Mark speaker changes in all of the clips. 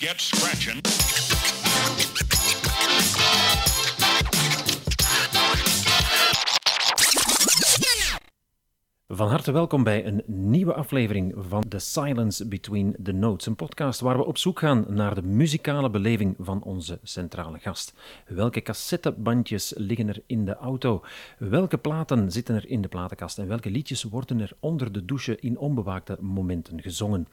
Speaker 1: get scratching.
Speaker 2: Van harte welkom bij een nieuwe aflevering van The Silence Between the Notes, een podcast waar we op zoek gaan naar de muzikale beleving van onze centrale gast. Welke cassettebandjes liggen er in de auto? Welke platen zitten er in de platenkast? En welke liedjes worden er onder de douche in onbewaakte momenten gezongen?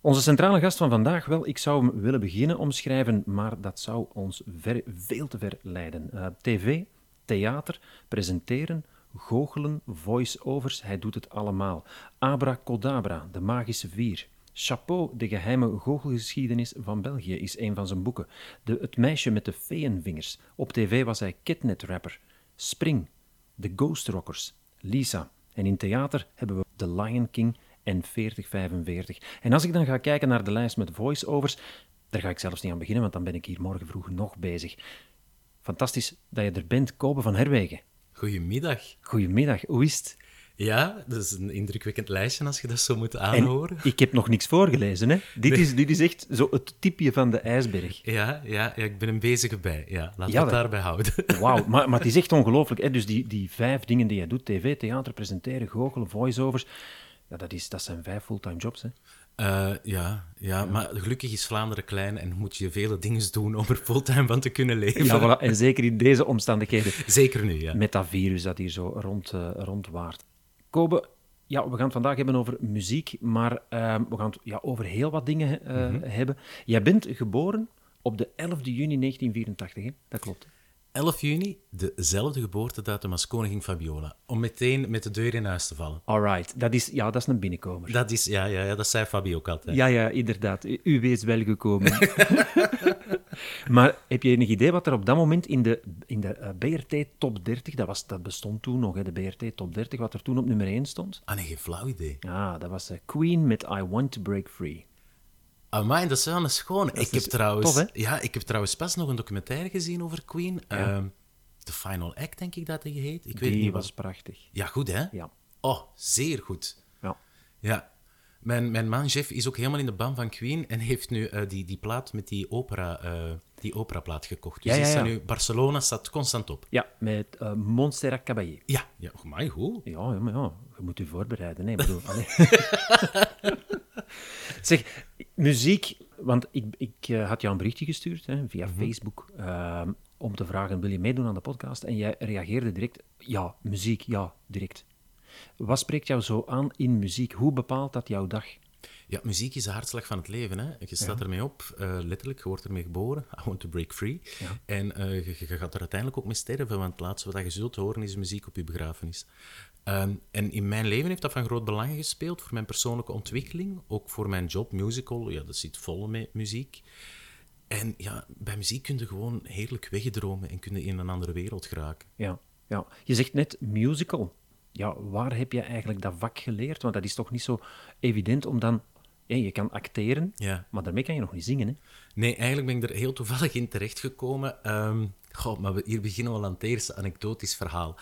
Speaker 2: Onze centrale gast van vandaag, wel, ik zou hem willen beginnen omschrijven, maar dat zou ons ver- veel te ver leiden. Eh, TV, theater, presenteren, goochelen, voice-overs, hij doet het allemaal. Abracadabra, de magische vier. Chapeau, de geheime goochelgeschiedenis van België, is een van zijn boeken. De, het meisje met de feeënvingers. Op tv was hij kitnet-rapper. Spring, de Ghost Rockers, Lisa. En in theater hebben we The Lion King en 4045. En als ik dan ga kijken naar de lijst met voice-overs, daar ga ik zelfs niet aan beginnen, want dan ben ik hier morgen vroeg nog bezig. Fantastisch dat je er bent, Kopen van Herwegen.
Speaker 3: Goedemiddag.
Speaker 2: Goedemiddag, hoe is het?
Speaker 3: Ja, dat is een indrukwekkend lijstje als je dat zo moet aanhoren.
Speaker 2: Ik heb nog niks voorgelezen, hè? Dit, is, dit is echt zo het tipje van de ijsberg.
Speaker 3: Ja, ja, ja, ik ben een bezige bij. Ja, laat
Speaker 2: Ja,
Speaker 3: dat
Speaker 2: dat-
Speaker 3: daarbij houden.
Speaker 2: Wauw, maar, maar het is echt ongelooflijk. hè. Dus die, die vijf dingen die jij doet, tv, theater, presenteren, goochelen, voice-overs, ja, dat, is, dat zijn vijf fulltime jobs, hè?
Speaker 3: Eh, ja, ja, maar gelukkig is Vlaanderen klein en moet je vele dingen doen om er fulltime van te kunnen leven.
Speaker 2: Ja, voilà. En zeker in deze omstandigheden.
Speaker 3: Zeker nu, ja.
Speaker 2: Met dat virus dat hier zo rond, eh, rondwaart. Kobe, ja, we gaan het vandaag hebben over muziek, maar ehm, we gaan het ja, over heel wat dingen eh, hebben. Jij bent geboren op de 11 juni 1984, hè? Dat klopt.
Speaker 3: 11 juni, dezelfde geboortedatum als koningin Fabiola. Om meteen met de deur in huis te vallen.
Speaker 2: All right. Dat is, ja, dat is een binnenkomer.
Speaker 3: Dat is, ja, ja, ja dat zei Fabio ook altijd.
Speaker 2: Ja, ja, inderdaad. U, u wees welgekomen. maar heb je enig idee wat er op dat moment in de, in de eh, BRT Top 30, dat, was, dat bestond toen nog, hè, de BRT Top 30, wat er toen op nummer 1 stond?
Speaker 3: Ah nee, geen flauw idee.
Speaker 2: Ah, dat was eh, Queen met I Want to Break Free.
Speaker 3: Amai, dat is wel een schone. Ik heb,
Speaker 2: is
Speaker 3: trouwens,
Speaker 2: tof, hè?
Speaker 3: ja, ik heb trouwens pas nog een documentaire gezien over Queen. Ehm, The Final Act, denk ik dat die heet. Ik weet het
Speaker 2: Die
Speaker 3: niet.
Speaker 2: was
Speaker 3: Was...
Speaker 2: prachtig.
Speaker 3: Ja, goed hè?
Speaker 2: Ja.
Speaker 3: Oh, zeer goed.
Speaker 2: Ja.
Speaker 3: Ja. Mijn, mijn man Jeff is ook helemaal in de ban van Queen en heeft nu eh, die, die plaat met die, opera, eh, die operaplaat gekocht. Dus
Speaker 2: Ja, ja,
Speaker 3: die staat
Speaker 2: ja.
Speaker 3: nu, Barcelona staat constant op.
Speaker 2: ja, met eh Montserrat Caballé.
Speaker 3: Ja, ja amai, goed.
Speaker 2: Ja, ja, maar ja, je moet je voorbereiden. Nee, bedoel, allee. zeg, muziek, want ik, ik eh, had jou een berichtje gestuurd hè, via Facebook ehm, om te vragen, wil je meedoen aan de podcast? En jij reageerde direct, ja, muziek, ja, direct. Wat spreekt jou zo aan in muziek? Hoe bepaalt dat jouw dag?
Speaker 3: Ja, muziek is de hartslag van het leven. Hè? Je staat ermee op, eh, letterlijk, je wordt ermee geboren. I want to break free. En eh, je, je gaat er uiteindelijk ook mee sterven, want het laatste wat je zult horen is muziek op je begrafenis. Ehm, en in mijn leven heeft dat van groot belang gespeeld voor mijn persoonlijke ontwikkeling, ook voor mijn job, musical. Ja, dat zit vol met muziek. En ja, bij muziek kun je gewoon heerlijk wegdromen en kun je in een andere wereld geraken.
Speaker 2: Ja, ja. Je zegt net musical. Ja, waar heb je eigenlijk dat vak geleerd? Want dat is toch niet zo evident om dan... hé, je kan acteren,
Speaker 3: Ja.
Speaker 2: maar daarmee kan je nog niet zingen, hè?
Speaker 3: Nee, eigenlijk ben ik er heel toevallig in terechtgekomen. Ehm goh, maar we, hier beginnen we al aan het eerste anekdotisch verhaal.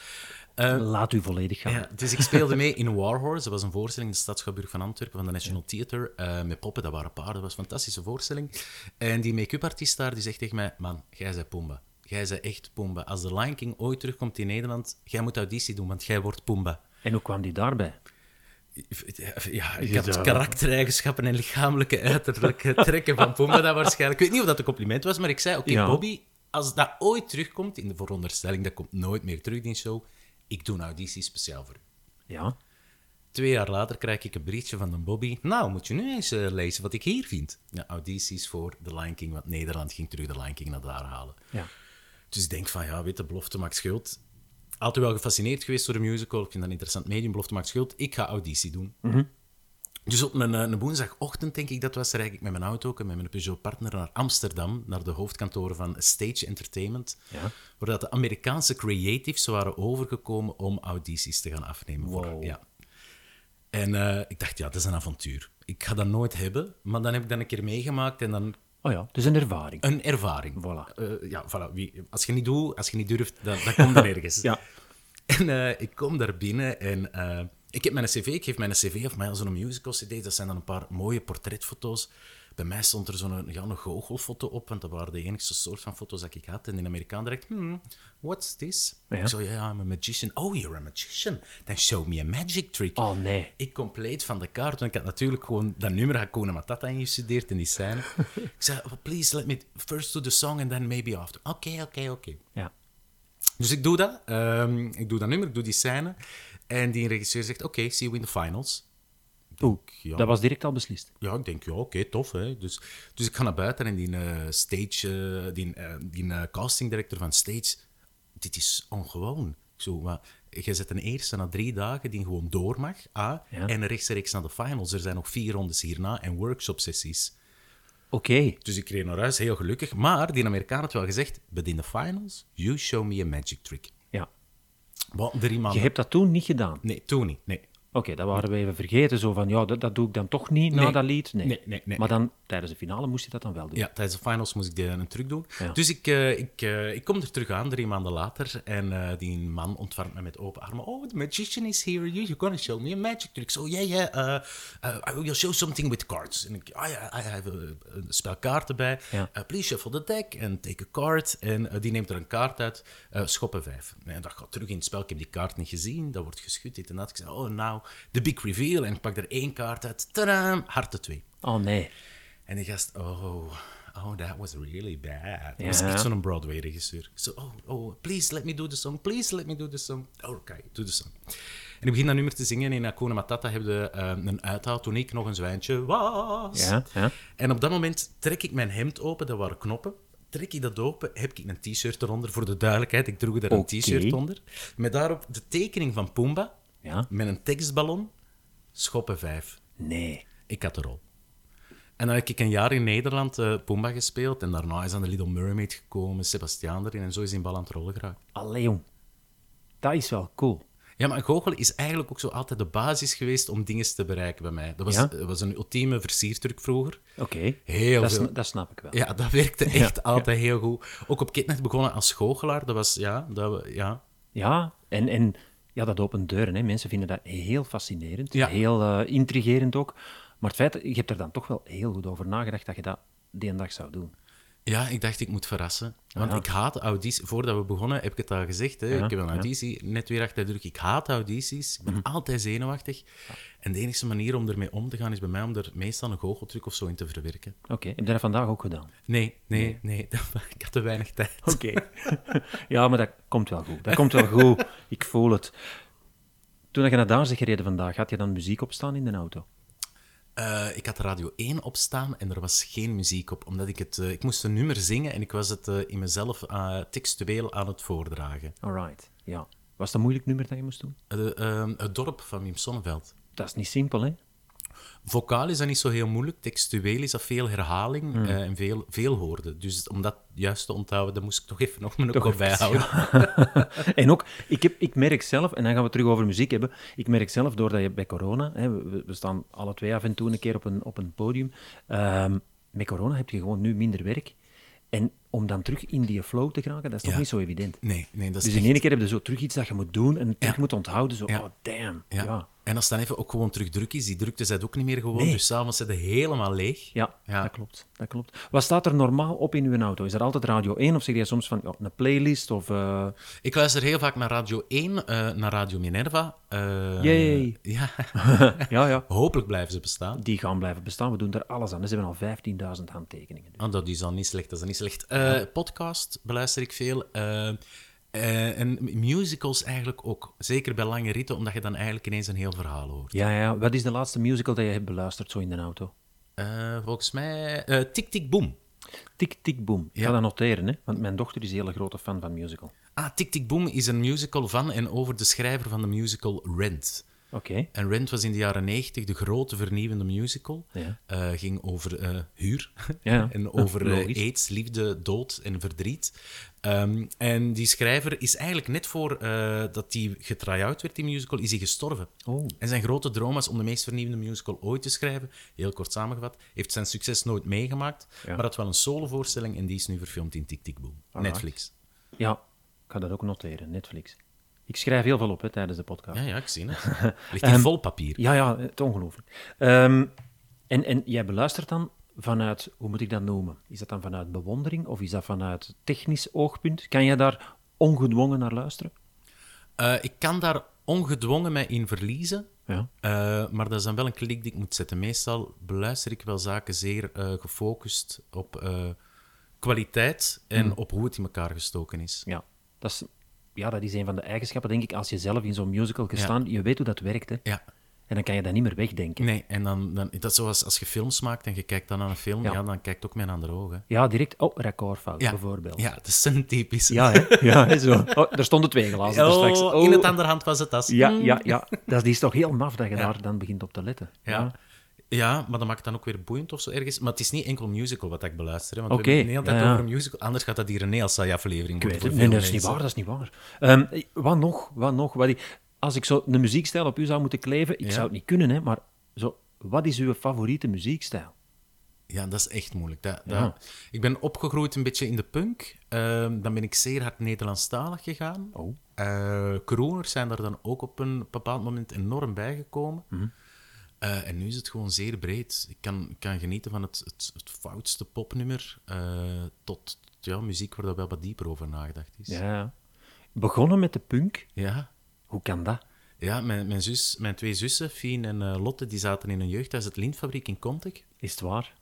Speaker 3: Ehm,
Speaker 2: Laat u volledig gaan.
Speaker 3: Ja, dus ik speelde mee in War Horse. Dat was een voorstelling in de Stadschouwburg van Antwerpen van de National Theatre. eh, met poppen, dat waren paarden. Dat was een fantastische voorstelling. En die make-up artiest daar, die zegt tegen mij... Man, jij bent Pumba. Jij bent echt Pumba. Als de Lion King ooit terugkomt in Nederland, jij moet auditie doen, want jij wordt Pumba.
Speaker 2: En hoe kwam die daarbij?
Speaker 3: Ja, ik had karaktereigenschappen en lichamelijke uiterlijke trekken van Pumba dat waarschijnlijk. Ik weet niet of dat een compliment was, maar ik zei... Oké,
Speaker 2: Ja.
Speaker 3: Bobby, als dat ooit terugkomt, in de veronderstelling, dat komt nooit meer terug, die show. Ik doe een auditie speciaal voor u.
Speaker 2: Ja.
Speaker 3: Twee jaar later krijg ik een berichtje van de Bobby. Nou, moet je nu eens eh, lezen wat ik hier vind. Ja, audities voor The Lion King, want Nederland ging terug de Lion King naar daar halen.
Speaker 2: ja.
Speaker 3: Dus ik denk van, ja, weet je, Belofte maakt schuld. Altijd wel gefascineerd geweest door de musical. Ik vind dat een interessant medium, Belofte maakt schuld. Ik ga auditie doen. Dus op een, eh, een woensdagochtend, denk ik dat was, rijd ik met mijn auto ook en met mijn Peugeot-partner naar Amsterdam, naar de hoofdkantoren van Stage Entertainment,
Speaker 2: Ja.
Speaker 3: waar dat de Amerikaanse creatives waren overgekomen om audities te gaan afnemen. voor-
Speaker 2: Wow.
Speaker 3: ja. En eh, ik dacht, ja, dat is een avontuur. Ik ga dat nooit hebben, maar dan heb ik dat een keer meegemaakt en dan
Speaker 2: Oh ja, dus een ervaring.
Speaker 3: een ervaring.
Speaker 2: Voilà.
Speaker 3: Eh, ja, voilà. Wie, als je niet doet, als je niet durft, dan, dan komt er ergens.
Speaker 2: Ja.
Speaker 3: En eh, ik kom daar binnen en eh, ik heb mijn cv, ik geef mijn cv of mijn zo'n musical cd, dat zijn dan een paar mooie portretfoto's. Bij mij stond er zo'n ja, een goochelfoto op, want dat waren de enigste soort van foto's dat ik had. En in Amerikaan direct, hmm, what's this?
Speaker 2: Ja.
Speaker 3: Ik zo, ja, yeah, I'm a magician. Oh, you're a magician. Then show me a magic trick.
Speaker 2: Oh, nee.
Speaker 3: Ik compleet van de kaart, want ik had natuurlijk gewoon dat nummer Hakuna Matata ingestudeerd in die scène. ik zei, "Oh, please let me first do the song and then maybe after. Oké, oké, oké.
Speaker 2: Ja.
Speaker 3: Dus ik doe dat. Ehm, ik doe dat nummer, ik doe die scène. En die regisseur zegt, oké, see you in the finals.
Speaker 2: Oeh,
Speaker 3: ja.
Speaker 2: dat was direct al beslist.
Speaker 3: Ja, ik denk, ja, oké, tof. Hè? Dus, dus ik ga naar buiten en die eh, stage, eh, die, eh, die eh, castingdirector van stage, dit is ongewoon. Ik Zo, maar je zet een eerste na drie dagen die gewoon door mag, A,
Speaker 2: Ja.
Speaker 3: en rechtstreeks naar de finals. Er zijn nog vier rondes hierna en workshop-sessies.
Speaker 2: Oké.
Speaker 3: Dus ik reed naar huis, heel gelukkig. Maar die Amerikaan had wel gezegd, but in the finals, you show me a magic trick.
Speaker 2: Ja.
Speaker 3: Wat, drie
Speaker 2: Je
Speaker 3: maanden...
Speaker 2: hebt dat toen niet gedaan.
Speaker 3: Nee, toen niet, nee.
Speaker 2: Oké, dat waren we even vergeten. Zo van, ja, dat, dat doe ik dan toch niet na
Speaker 3: Nee.
Speaker 2: dat lied. Nee.
Speaker 3: Nee, nee, nee.
Speaker 2: Maar dan, tijdens de finale moest je dat dan wel doen.
Speaker 3: Ja, tijdens de finals moest ik de- een truc doen.
Speaker 2: Ja.
Speaker 3: Dus ik, eh, ik, eh, ik kom er terug aan, drie maanden later. En eh, die man ontvangt me met open armen. Oh, the magician is here. You- You're gonna show me a magic trick. So yeah, yeah. eh, eh, I will show something with cards. En ik, ah ja, I have eh, een spel kaarten bij.
Speaker 2: Ja.
Speaker 3: Eh, please shuffle the deck and take a card. En eh, die neemt er een kaart uit. eh, schoppen vijf. En dat gaat terug in het spel. Ik heb die kaart niet gezien. Dat wordt geschud, dit en dat. Ik zei, oh, nou, the big reveal. En ik pak er één kaart uit. Tadaa, harten twee.
Speaker 2: Oh nee.
Speaker 3: En die gast, oh, oh, that was really bad. Dat was
Speaker 2: Ja.
Speaker 3: echt zo'n Broadway-regisseur. Zo, oh, oh, please let me do the song, please let me do the song. Oké, doe de song. En ik begin dat nummer te zingen. In Hakuna Matata hebben we eh, een uithaal toen ik nog een zwijntje was.
Speaker 2: Ja, ja.
Speaker 3: En op dat moment trek ik mijn hemd open, dat waren knoppen. Trek ik dat open, heb ik een t-shirt eronder. Voor de duidelijkheid, ik droeg er een
Speaker 2: Oké.
Speaker 3: t-shirt onder. Met daarop de tekening van Pumba,
Speaker 2: Ja.
Speaker 3: met een tekstballon, schoppen vijf.
Speaker 2: Nee.
Speaker 3: Ik had de rol. En dan heb ik een jaar in Nederland eh Pumba gespeeld. En daarna is aan de Little Mermaid gekomen, Sebastiaan erin. En zo is hij in bal aan het rollen geraakt.
Speaker 2: Allee, jong. Dat is wel cool.
Speaker 3: Ja, maar goochelen is eigenlijk ook zo altijd de basis geweest om dingen te bereiken bij mij. Dat was,
Speaker 2: Ja?
Speaker 3: dat was een ultieme versiertruc vroeger.
Speaker 2: Oké.
Speaker 3: Heel
Speaker 2: dat,
Speaker 3: veel.
Speaker 2: sna- dat snap ik wel.
Speaker 3: Ja, dat werkte echt altijd heel goed. Ook op Kidnet begonnen als goochelaar. Dat was, ja, dat, we- ja.
Speaker 2: Ja, en, en ja, dat opent deuren. Hè. Mensen vinden dat heel fascinerend,
Speaker 3: Ja.
Speaker 2: heel eh, intrigerend ook. Maar het feit, je hebt er dan toch wel heel goed over nagedacht dat je dat die een dag zou doen.
Speaker 3: Ja, ik dacht ik moet verrassen. Want
Speaker 2: Ja.
Speaker 3: ik haat audities. Voordat we begonnen heb ik het al gezegd. Hè?
Speaker 2: Ja,
Speaker 3: ik heb een
Speaker 2: ja. Mhm.
Speaker 3: auditie net weer achter de rug. Ik haat audities. Ik ben altijd zenuwachtig. En de enige manier om ermee om te gaan is bij mij om er meestal een goocheltruc of zo in te verwerken.
Speaker 2: Oké, heb je dat vandaag ook gedaan?
Speaker 3: Nee, nee, nee. ik had te weinig tijd.
Speaker 2: Oké. ja, maar dat komt wel goed. Dat komt wel goed. Ik voel het. Toen je naar daar zit gereden vandaag, had je dan muziek opstaan in de auto?
Speaker 3: Eh, ik had Radio 1 op staan en er was geen muziek op. Omdat ik het... eh, ik moest een nummer zingen en ik was het eh, in mezelf eh, textueel aan het voordragen.
Speaker 2: Alright, ja. Was dat een moeilijk nummer dat je moest doen?
Speaker 3: De, ehm, het dorp van Wim Sonneveld.
Speaker 2: Dat is niet simpel, hè?
Speaker 3: Vocaal is dat niet zo heel moeilijk. Textueel is dat veel herhaling
Speaker 2: Hmm.
Speaker 3: eh, en veel, veel hoorden. Dus om dat juist te onthouden, dat moest ik toch even nog mijn kop bijhouden.
Speaker 2: en ook, ik, heb, ik merk zelf, en dan gaan we het terug over muziek hebben. Ik merk zelf, doordat je bij corona, hè, we, we staan alle twee af en toe een keer op een, op een podium. ehm, met corona heb je gewoon nu minder werk. En om dan terug in die flow te geraken, dat is toch
Speaker 3: Ja.
Speaker 2: niet zo evident.
Speaker 3: Nee, nee, dat is
Speaker 2: Dus in
Speaker 3: echt-
Speaker 2: één keer heb je zo terug iets dat je moet doen en terug moet onthouden. Zo,
Speaker 3: Ja.
Speaker 2: oh damn. Ja.
Speaker 3: Ja.
Speaker 2: ja.
Speaker 3: En als het dan even ook gewoon terug druk is, die drukte zijn ook niet meer gewoon.
Speaker 2: Nee.
Speaker 3: Dus s'avonds zijn ze helemaal leeg.
Speaker 2: dat klopt. Dat klopt. Wat staat er normaal op in uw auto? Is er altijd Radio 1 of zeg je soms van ja, een playlist of... eh,
Speaker 3: Ik luister heel vaak naar Radio 1, eh, naar Radio Minerva. Eh,
Speaker 2: Yay.
Speaker 3: Ja.
Speaker 2: ja, ja.
Speaker 3: Hopelijk blijven ze bestaan.
Speaker 2: Die gaan blijven bestaan. We doen daar alles aan. Ze hebben al 15.000 handtekeningen.
Speaker 3: Ah, dat is dan niet slecht, dat is dan niet slecht. Eh, Podcast beluister ik veel. eh, eh, en musicals eigenlijk ook. Zeker bij lange ritten, omdat je dan eigenlijk ineens een heel verhaal hoort.
Speaker 2: Ja, ja. Wat is de laatste musical dat je hebt beluisterd zo in de auto?
Speaker 3: Eh, volgens mij... eh tik, tik, boom.
Speaker 2: Tik, tik, boom. Ik ga
Speaker 3: Ja.
Speaker 2: dat noteren, hè? want mijn dochter is een hele grote fan van musical.
Speaker 3: Ah, Tik, tik, boom is een musical van en over de schrijver van de musical Rent.
Speaker 2: Oké.
Speaker 3: En Rent was in de jaren 90 de grote vernieuwende musical.
Speaker 2: Ja.
Speaker 3: Eh, ging over eh, huur
Speaker 2: Ja.
Speaker 3: en over eh,
Speaker 2: Logisch.
Speaker 3: aids, liefde, dood en verdriet. Ehm, en die schrijver is eigenlijk net voor eh, dat hij getry-out werd, die musical, is hij gestorven.
Speaker 2: Oh.
Speaker 3: En zijn grote droom was om de meest vernieuwende musical ooit te schrijven. Heel kort samengevat. Heeft zijn succes nooit meegemaakt,
Speaker 2: Ja.
Speaker 3: maar had wel een solovoorstelling en die is nu verfilmd in Tik Tik Boom. Netflix.
Speaker 2: Ja, ik ga dat ook noteren, Netflix. Ik schrijf heel veel op hè, tijdens de podcast.
Speaker 3: Ja, ja, ik zie
Speaker 2: Ehm,
Speaker 3: het. Ligt in vol papier.
Speaker 2: Ja, ja, het ongelooflijk. Ehm, en, en jij beluistert dan vanuit, hoe moet ik dat noemen? Is dat dan vanuit bewondering of is dat vanuit technisch oogpunt? Kan jij daar ongedwongen naar luisteren?
Speaker 3: Eh, ik kan daar ongedwongen mij in verliezen.
Speaker 2: Ja.
Speaker 3: Eh, maar dat is dan wel een klik die ik moet zetten. Meestal beluister ik wel zaken zeer eh, gefocust op eh, kwaliteit en op hoe het in elkaar gestoken is.
Speaker 2: Hmm. Ja. Dat is, ja, dat is een van de eigenschappen, denk ik, als je zelf in zo'n musical gestaan, je weet hoe dat werkt. Hè?
Speaker 3: Ja.
Speaker 2: En dan kan je dat niet meer wegdenken.
Speaker 3: Nee, en dan, dan, dat is zoals als je films maakt en je kijkt dan aan een film,
Speaker 2: Ja.
Speaker 3: ja. dan kijkt ook mijn andere ogen.
Speaker 2: Ja, direct, oh, recordfout
Speaker 3: Ja.
Speaker 2: bijvoorbeeld.
Speaker 3: Ja, dat is een typisch.
Speaker 2: Ja, hè? ja hè, zo. Oh, er stonden twee glazen er straks.
Speaker 3: Oh, in
Speaker 2: Oh.
Speaker 3: het andere hand was het mm, tas.
Speaker 2: Ja, ja, ja. Dat is toch heel maf dat je daar dan begint op te letten.
Speaker 3: Ja. ja, maar dat maakt het dan ook weer boeiend of zo ergens. Maar het is niet enkel musical wat ik beluister. Hè, want
Speaker 2: Oké,
Speaker 3: we hebben het de hele tijd
Speaker 2: ja, ja.
Speaker 3: over musical. Anders gaat dat hier een heel saai aflevering
Speaker 2: Ik weet
Speaker 3: worden.
Speaker 2: het.
Speaker 3: voor
Speaker 2: Nee,
Speaker 3: veel
Speaker 2: dat is niet
Speaker 3: mensen.
Speaker 2: waar, dat is niet waar. Ehm, wat nog, wat nog? Wat ik, als ik zo een muziekstijl op u zou moeten kleven, ik zou het niet kunnen, hè, maar zo, wat is uw favoriete muziekstijl?
Speaker 3: Ja, dat is echt moeilijk. Dat, dat- Ik ben opgegroeid een beetje in de punk. Ehm, dan ben ik zeer hard Nederlandstalig gegaan.
Speaker 2: Oh.
Speaker 3: Eh, crooners zijn daar dan ook op een bepaald moment enorm bijgekomen.
Speaker 2: Mhm.
Speaker 3: Eh, en nu is het gewoon zeer breed. Ik kan, ik kan genieten van het, het, het foutste popnummer eh, tot ja, muziek waar daar wel wat dieper over nagedacht is.
Speaker 2: Ja. Begonnen met de punk,
Speaker 3: ja.
Speaker 2: hoe kan dat?
Speaker 3: Ja, mijn, mijn, zus, mijn twee zussen, Fien en eh, Lotte, die zaten in een jeugdhuis, het Lintfabriek in Contek.
Speaker 2: Is het waar?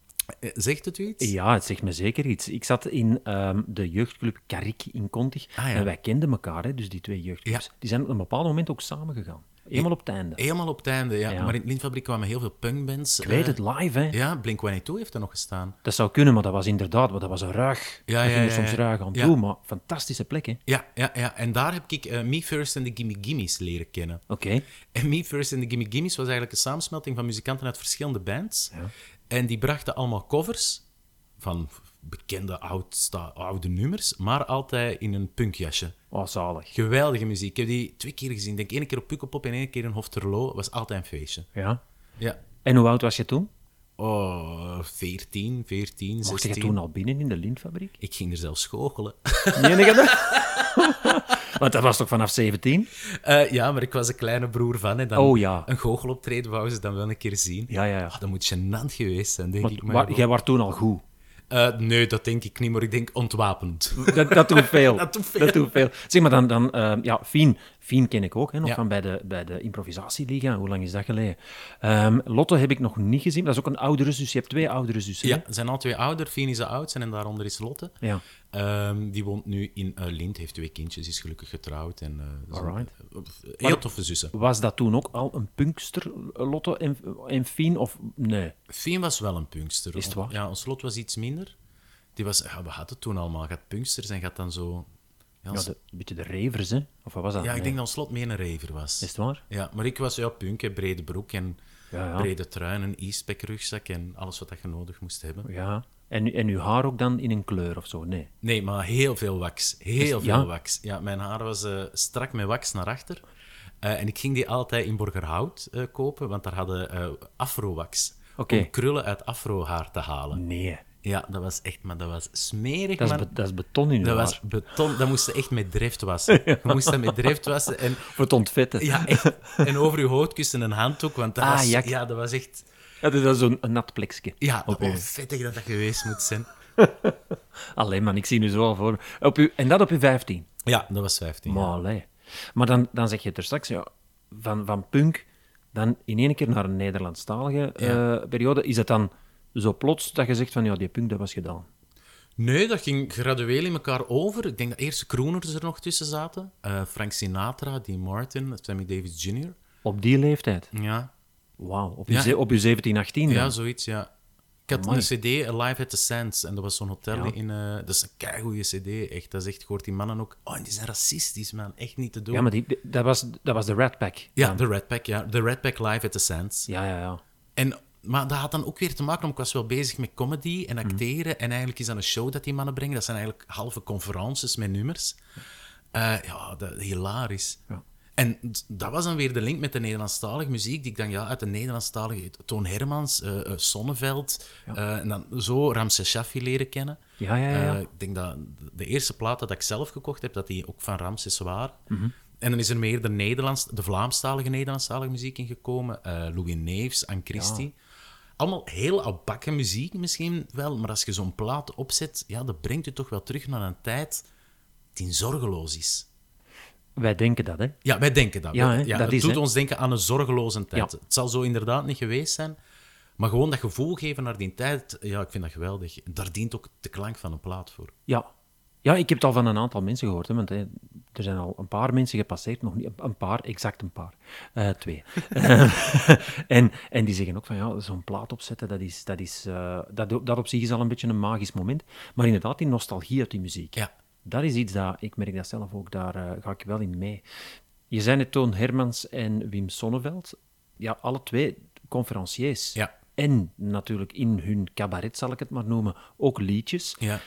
Speaker 3: Eh, Zegt het u iets?
Speaker 2: Ja, het zegt me zeker iets. Ik zat in ehm, de jeugdclub Karik in Kontig
Speaker 3: Ah, ja.
Speaker 2: en wij kenden elkaar, hè, dus die twee jeugdclubs.
Speaker 3: Ja.
Speaker 2: Die zijn op een bepaald moment ook samengegaan. Eenmaal op het einde.
Speaker 3: Helemaal op het einde, ja.
Speaker 2: Ja.
Speaker 3: Maar in het Lintfabriek kwamen heel veel punkbands. eh,
Speaker 2: Ik weet het, live, hè.
Speaker 3: Ja, Blink-182 heeft er nog gestaan.
Speaker 2: Dat zou kunnen, maar dat was inderdaad, want dat was een ruig.
Speaker 3: Ja,
Speaker 2: dat
Speaker 3: ja,
Speaker 2: ging er
Speaker 3: ja,
Speaker 2: soms
Speaker 3: ja.
Speaker 2: ruig aan
Speaker 3: Ja.
Speaker 2: toe, maar fantastische plek, hè.
Speaker 3: Ja, ja, ja. En daar heb ik eh, Me First en de Gimme Gimmies leren kennen.
Speaker 2: Oké.
Speaker 3: En Me First en de Gimme Gimmies was eigenlijk een samensmelting van muzikanten uit verschillende bands. En die brachten allemaal covers van bekende oudsta- oude nummers, maar altijd in een punkjasje.
Speaker 2: Oh, zalig.
Speaker 3: Geweldige muziek. Ik heb die twee keer gezien. Ik denk één keer op Pukkelpop en één keer in Hofterlo. was altijd een feestje.
Speaker 2: Ja.
Speaker 3: Ja.
Speaker 2: En hoe oud was je toen?
Speaker 3: Oh, 14, 14, 16.
Speaker 2: Mocht je toen al binnen in de lintfabriek?
Speaker 3: Ik ging er zelfs schokelen.
Speaker 2: Nee, nee, nee. Want dat was toch vanaf 17?
Speaker 3: Eh, ja, maar ik was een kleine broer van. En dan
Speaker 2: Oh, ja.
Speaker 3: Een goocheloptreden wou ze dan wel een keer zien.
Speaker 2: Ja, ja, ja.
Speaker 3: Oh, dat moet gênant geweest zijn, denk ik.
Speaker 2: Want,
Speaker 3: Maar
Speaker 2: wa- jij was toen al goed.
Speaker 3: Eh, nee, dat denk ik niet, maar ik denk ontwapend.
Speaker 2: Dat, dat doet veel.
Speaker 3: Dat doet veel.
Speaker 2: Zeg maar dan, dan eh, ja, Fien. Fien ken ik ook, hè, nog
Speaker 3: Ja.
Speaker 2: van bij de, bij de improvisatieliga. Hoe lang is dat geleden? Ehm, Lotte heb ik nog niet gezien. Dat is ook een oudere zus. Je hebt twee oudere zussen. hè?
Speaker 3: Ja, ze zijn al twee ouder. Fien is de oudste en daaronder is Lotte.
Speaker 2: Ja.
Speaker 3: Ehm, die woont nu in eh, Lint, heeft twee kindjes, is gelukkig getrouwd. En, eh, is een-
Speaker 2: Alright.
Speaker 3: heel toffe zussen.
Speaker 2: Was dat toen ook al een punkster, Lotto en, en Fien? Of nee?
Speaker 3: Fien was wel een punkster.
Speaker 2: Is het waar?
Speaker 3: Ja, ons lot was iets minder. Die was, ja, we hadden het toen allemaal. Gaat punksters en gaat dan zo...
Speaker 2: Ja,
Speaker 3: Ja, ons-
Speaker 2: de, een beetje de revers, hè? Of wat was dat?
Speaker 3: ja, ik
Speaker 2: Nee.
Speaker 3: denk dat ons lot meer een raver was.
Speaker 2: Is het waar?
Speaker 3: Ja, maar ik was ja, punk, hè, brede broek en
Speaker 2: Ja, ja.
Speaker 3: brede trui en een e-spec rugzak en alles wat dat je nodig moest hebben.
Speaker 2: Ja. En, en uw haar ook dan in een kleur of zo? Nee.
Speaker 3: Nee, maar heel veel wax. Heel
Speaker 2: Is-
Speaker 3: veel
Speaker 2: ja?
Speaker 3: wax. Ja, mijn haar was eh, strak met wax naar achter. Eh, en ik ging die altijd in Borgerhout eh, kopen, want daar hadden eh afro-wax.
Speaker 2: Oké.
Speaker 3: Om krullen uit afro-haar te halen.
Speaker 2: Nee.
Speaker 3: Ja, dat was echt, maar dat was smerig,
Speaker 2: Dat is,
Speaker 3: man.
Speaker 2: be- dat is beton in uw
Speaker 3: dat
Speaker 2: haar.
Speaker 3: was beton. Dat moest je echt met drift wassen. Je moest dat met drift wassen. En,
Speaker 2: Voor het ontvetten.
Speaker 3: ja, echt. en over je hoofdkussen een handdoek, want dat,
Speaker 2: Ah,
Speaker 3: was,
Speaker 2: jak.
Speaker 3: ja, dat was echt...
Speaker 2: Ja, dat is zo'n een nat plekje.
Speaker 3: Ja,
Speaker 2: Op
Speaker 3: hoe
Speaker 2: uw-
Speaker 3: vettig dat dat geweest moet zijn.
Speaker 2: Allee man, ik zie nu zo al voor me. Op uw, en dat op uw 15.
Speaker 3: Ja, dat was 15.
Speaker 2: Maar allee. Maar dan, dan zeg je het er straks, ja, van, van punk dan in één keer naar een Nederlandstalige eh, periode. Is het dan zo plots dat je zegt van ja, die punk dat was gedaan?
Speaker 3: Nee, dat ging gradueel in elkaar over. Ik denk dat eerst Krooners er nog tussen zaten. Eh, Frank Sinatra, Dean Martin, Sammy Davis Jr.
Speaker 2: Op die leeftijd?
Speaker 3: Ja,
Speaker 2: Wauw, op, je
Speaker 3: Ja.
Speaker 2: ze- op je 17, 18 dan?
Speaker 3: ja zoiets, ja. Ik had
Speaker 2: Amai.
Speaker 3: een cd, Alive at the Sands, en dat was zo'n hotel in... eh, dat is een keigoeie cd, echt. Dat is echt, je hoort die mannen ook... Oh, die zijn racistisch, man. Echt niet te doen.
Speaker 2: Ja, maar die, die- dat, was, dat was de Rat Pack.
Speaker 3: Ja, de Red Pack, ja. De Red Pack Live at the Sands.
Speaker 2: Ja, ja, ja.
Speaker 3: En, maar dat had dan ook weer te maken, omdat ik was wel bezig met comedy
Speaker 2: Mhm.
Speaker 3: en acteren. En eigenlijk is dat een show dat die mannen brengen. Dat zijn eigenlijk halve conferences met nummers. Eh, ja, dat, hilarisch. En d- dat was dan weer de link met de Nederlandstalige muziek, die ik dan ja, uit de Nederlandstalige... Toon Hermans, eh eh, Sonneveld, eh, en dan zo Ramses Shaffi leren kennen.
Speaker 2: Ja, ja, ja, ja.
Speaker 3: Eh, ik denk dat de eerste platen dat ik zelf gekocht heb, dat die ook van Ramses waren.
Speaker 2: Mhm.
Speaker 3: En dan is er meer de, Nederlands, de Vlaamstalige Nederlandstalige muziek ingekomen. eh Louis Neefs, Anne Christie. Allemaal heel abakken muziek misschien wel, maar als je zo'n plaat opzet, ja, dat brengt je toch wel terug naar een tijd die zorgeloos is.
Speaker 2: Wij denken dat, hè?
Speaker 3: Ja, wij denken dat.
Speaker 2: Ja, hè,
Speaker 3: ja,
Speaker 2: dat
Speaker 3: het
Speaker 2: is,
Speaker 3: doet
Speaker 2: hè.
Speaker 3: ons denken aan een zorgeloze tijd.
Speaker 2: Ja.
Speaker 3: Het zal zo inderdaad niet geweest zijn, maar gewoon dat gevoel geven naar die tijd, ja, ik vind dat geweldig. Daar dient ook de klank van een plaat voor.
Speaker 2: Ja. Ja, ik heb het al van een aantal mensen gehoord. Hè, want hè, er zijn al een paar mensen gepasseerd. Nog niet een paar, exact een paar. Eh, twee. en, en die zeggen ook van ja, zo'n plaat opzetten, dat, is, dat, is, eh, dat, dat op zich is al een beetje een magisch moment. Maar inderdaad, die nostalgie uit die muziek.
Speaker 3: Ja.
Speaker 2: Dat is iets dat, ik merk dat zelf ook, daar eh, ga ik wel in mee. Je zijn het Toon Hermans en Wim Sonneveld. Ja, alle twee conferenciers.
Speaker 3: Ja.
Speaker 2: En natuurlijk in hun cabaret, zal ik het maar noemen, ook liedjes.
Speaker 3: Ja.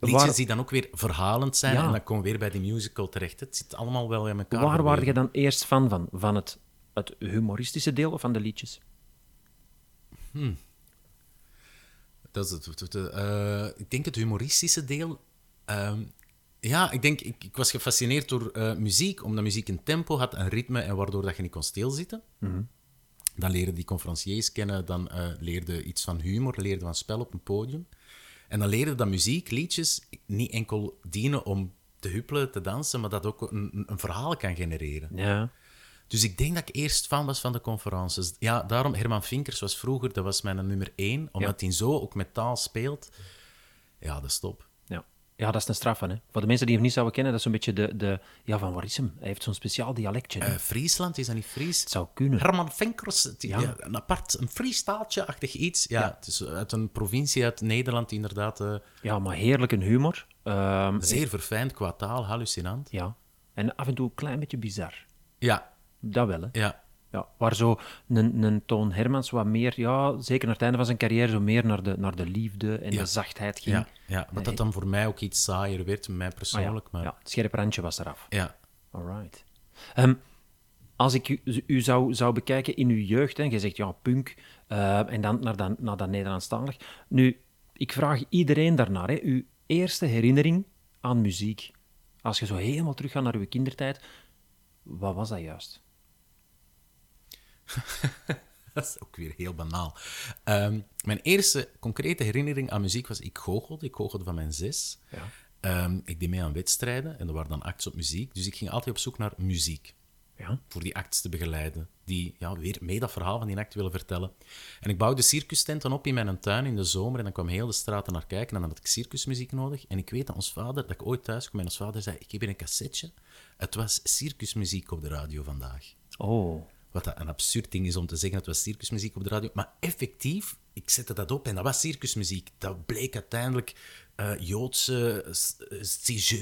Speaker 3: Liedjes
Speaker 2: Waar-
Speaker 3: die dan ook weer verhalend zijn
Speaker 2: Ja.
Speaker 3: en dan komen we weer bij die musical terecht. Het zit allemaal wel in elkaar.
Speaker 2: Waar waren je
Speaker 3: verweven.
Speaker 2: dan eerst fan van? Van het, het humoristische deel of van de liedjes?
Speaker 3: Dat is het. het- het- eh, ik denk het humoristische deel. ehm, ja, ik denk, ik, ik was gefascineerd door eh, muziek, omdat muziek een tempo had, een ritme, en waardoor dat je niet kon stilzitten.
Speaker 2: Mhm.
Speaker 3: Dan leerde die conferenciers kennen, dan eh, leerde iets van humor, leerde van spel op een podium. En dan leerde dat muziek, liedjes, niet enkel dienen om te huppelen, te dansen, maar dat ook een, een- een verhaal kan genereren.
Speaker 2: Ja.
Speaker 3: Dus ik denk dat ik eerst fan was van de conferences. Ja, daarom Herman Vinkers was vroeger, dat was mijn nummer één. Omdat hij zo ook met taal speelt. Ja, dat is top.
Speaker 2: Ja. ja, dat is een straf, hè. Voor de mensen die hem niet zouden kennen, dat is een beetje de... de ja, van waar is hem? Hij heeft zo'n speciaal dialectje. hè.
Speaker 3: Eh, Friesland, is dat niet Fries?
Speaker 2: Het zou kunnen.
Speaker 3: Herman Vinkers, het- ja. een apart, een Friestaaltje-achtig iets. Ja, het is uit een provincie uit Nederland die inderdaad eh,
Speaker 2: Ja, maar heerlijk een humor. Ehm,
Speaker 3: zeer verfijnd qua taal, hallucinant.
Speaker 2: ja. En af en toe een klein beetje bizar.
Speaker 3: Ja,
Speaker 2: Dat wel, hè.
Speaker 3: ja.
Speaker 2: Ja, waar zo een, een Toon Hermans wat meer, ja, zeker naar het einde van zijn carrière, zo meer naar de, naar de liefde en de zachtheid ging.
Speaker 3: Ja, ja, wat dat dan voor mij ook iets saaier werd, mij
Speaker 2: Ah ja,
Speaker 3: persoonlijk. Maar,
Speaker 2: ja, het scherp randje was eraf.
Speaker 3: ja.
Speaker 2: Alright. Ehm, als ik u, u zou, zou bekijken in uw jeugd, en je zegt ja, punk, eh, en dan naar, dan naar dat Nederlandstalig. Nu, ik vraag iedereen daarnaar, hè, uw eerste herinnering aan muziek. Als je zo helemaal teruggaat naar uw kindertijd, wat was dat juist?
Speaker 3: Dat is ook weer heel banaal. Ehm, mijn eerste concrete herinnering aan muziek was... Ik goochelde. Ik goochelde van mijn zes. Ehm, ik deed mee aan wedstrijden. En er waren dan acts op muziek. Dus ik ging altijd op zoek naar muziek.
Speaker 2: Ja,
Speaker 3: Voor die acts te begeleiden. Die ja, weer mee dat verhaal van die act willen vertellen. En ik bouwde circustenten op in mijn tuin in de zomer. En dan kwam heel de straten naar kijken. En dan had ik circusmuziek nodig. En ik weet dat ons vader... Dat ik ooit thuis kwam en ons vader zei... Ik heb hier een cassetje. Het was circusmuziek op de radio vandaag.
Speaker 2: oh,
Speaker 3: Wat dat een absurd ding is om te zeggen, het was circusmuziek op de radio. Maar effectief, ik zette dat op en dat was circusmuziek. Dat bleek uiteindelijk eh, Joodse eh,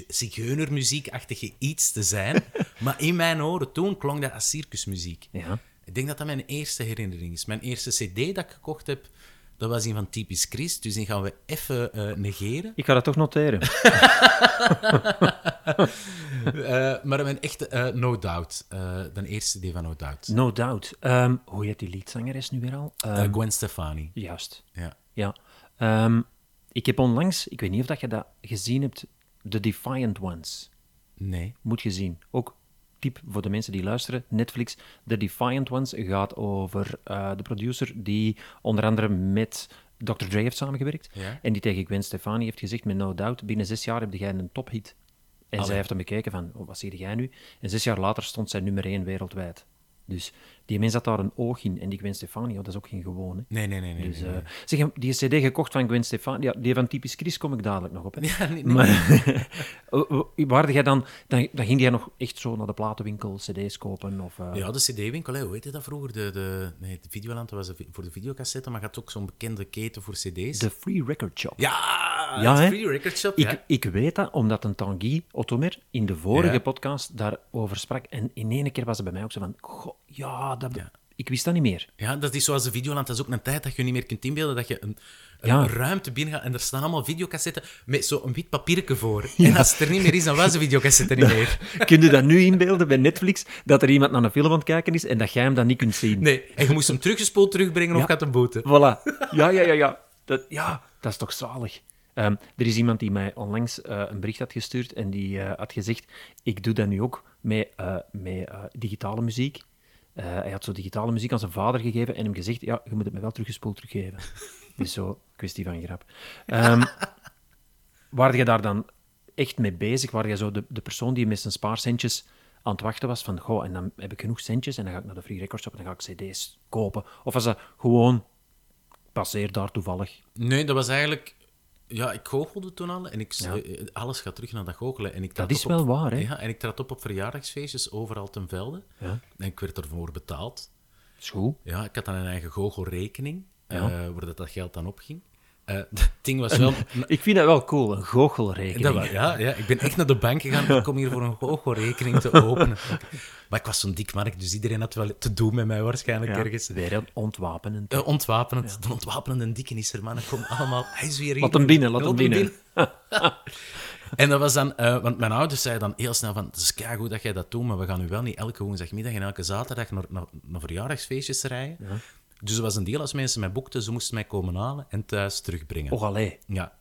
Speaker 3: zigeunermuziekachtige iets te zijn. maar in mijn oren toen klonk dat als circusmuziek.
Speaker 2: Ja.
Speaker 3: Ik denk dat dat mijn eerste herinnering is. Mijn eerste cd dat ik gekocht heb, dat was die van Typisch Chris. Dus die gaan we even eh, negeren.
Speaker 2: ik ga dat toch noteren.
Speaker 3: Eh, maar mijn echte eh, No Doubt. eh de eerste die van No Doubt.
Speaker 2: No doubt. Ehm, hoe heet die liedzangeres nu weer al? Eh,
Speaker 3: Eh, Gwen Stefani.
Speaker 2: juist.
Speaker 3: Ja.
Speaker 2: Ja. Ehm, ik heb onlangs, ik weet niet of dat je dat gezien hebt, The Defiant Ones.
Speaker 3: Nee.
Speaker 2: Moet je zien. Ook tip voor de mensen die luisteren, Netflix. The Defiant Ones gaat over eh, de producer die onder andere met Dr. Dre heeft samengewerkt.
Speaker 3: Ja.
Speaker 2: En die tegen Gwen Stefani heeft gezegd, met no doubt, binnen zes jaar heb jij een tophit. En zij heeft hem bekeken van, oh, wat zie jij nu? En zes jaar later stond zij nummer één wereldwijd. Dus die mens had daar een oog in. En die Gwen Stefani, oh, dat is ook geen gewone.
Speaker 3: Nee, nee, nee. nee,
Speaker 2: Dus,
Speaker 3: nee.
Speaker 2: eh, zeg, die cd gekocht van Gwen Stefani, ja, die van typisch Chris kom ik dadelijk nog op. hè.
Speaker 3: Ja, nee, nee.
Speaker 2: Maar oh, waarde jij dan, dan, dan ging jij nog echt zo naar de platenwinkel cd's kopen? Of, eh,
Speaker 3: Ja, de CD-winkel, hè. hoe heette dat vroeger? De, de, nee, de Videoland dat was de vi- voor de videocassette, maar gaat ook zo'n bekende keten voor CD's.
Speaker 2: De Free Record Shop.
Speaker 3: Ja,
Speaker 2: Ja,
Speaker 3: het
Speaker 2: hè?
Speaker 3: Free Record Shop.
Speaker 2: Ik,
Speaker 3: ja.
Speaker 2: ik weet dat omdat een Tanguy Ottomer in de vorige
Speaker 3: Ja.
Speaker 2: podcast daarover sprak. En in ene keer was het bij mij ook zo van: Goh, ja, dat be- ik wist dat niet meer.
Speaker 3: ja, dat is zoals de Videoland. Dat is ook een tijd dat je niet meer kunt inbeelden dat je een, een
Speaker 2: Ja.
Speaker 3: ruimte binnen gaat en er staan allemaal videocassetten met zo'n wit papierke voor. En als het er niet meer is, dan was de videocassette niet meer.
Speaker 2: Kun je dat nu inbeelden bij Netflix? Dat er iemand naar een film aan het kijken is en dat jij hem dan niet kunt zien?
Speaker 3: Nee, en je moest hem teruggespoeld terugbrengen of gaat hem boeten.
Speaker 2: Voilà. Ja, ja, ja, ja. Dat, ja, dat is toch zalig. Ehm, er is iemand die mij onlangs eh, een bericht had gestuurd en die eh, had gezegd: Ik doe dat nu ook met, eh, met eh, digitale muziek. Eh, Eh, hij had zo digitale muziek aan zijn vader gegeven en hem gezegd, ja, je moet het me wel teruggespoeld teruggeven. dus zo, kwestie van grap. Ehm waar je daar dan echt mee bezig? Waar je zo de, de persoon die met zijn spaarcentjes aan het wachten was van, goh, en dan heb ik genoeg centjes en dan ga ik naar de Free Records Shop en dan ga ik cd's kopen. Of was dat gewoon, passeer daar toevallig.
Speaker 3: Nee, dat was eigenlijk... Ja, ik goochelde toen al en ik, eh, alles gaat terug naar dat goochelen. En ik trad
Speaker 2: is
Speaker 3: op op-
Speaker 2: wel waar, hè?
Speaker 3: Ja, en ik trad op op verjaardagsfeestjes overal ten velde.
Speaker 2: Ja.
Speaker 3: En ik werd ervoor betaald.
Speaker 2: Is goed.
Speaker 3: Ja, ik had dan een eigen goochelrekening,
Speaker 2: Ja.
Speaker 3: eh, waar dat, dat geld dan opging. Eh het ding was wel...
Speaker 2: Ik vind dat wel cool, een goochelrekening.
Speaker 3: Dat was- ja, ja, ik ben echt naar de bank gegaan. Ik kom hier voor een goochelrekening te openen. Maar ik was zo'n dik mark, dus iedereen had wel te doen met mij waarschijnlijk
Speaker 2: Ja,
Speaker 3: ergens.
Speaker 2: Weer een ontwapenend.
Speaker 3: Eh, ontwapenend. De ontwapenende dikke is er, mannen. Kom allemaal. Hij is weer hier.
Speaker 2: Laat hem binnen, laat hem binnen.
Speaker 3: en dat was dan... eh, want mijn ouders zeiden dan heel snel van... Het is goed dat jij dat doet, maar we gaan nu wel niet elke woensdagmiddag en elke zaterdag naar, naar, naar verjaardagsfeestjes rijden. Dus er was een deel als mensen mij boekten, ze moesten mij komen halen en thuis terugbrengen.
Speaker 2: Och, allee.
Speaker 3: Ja.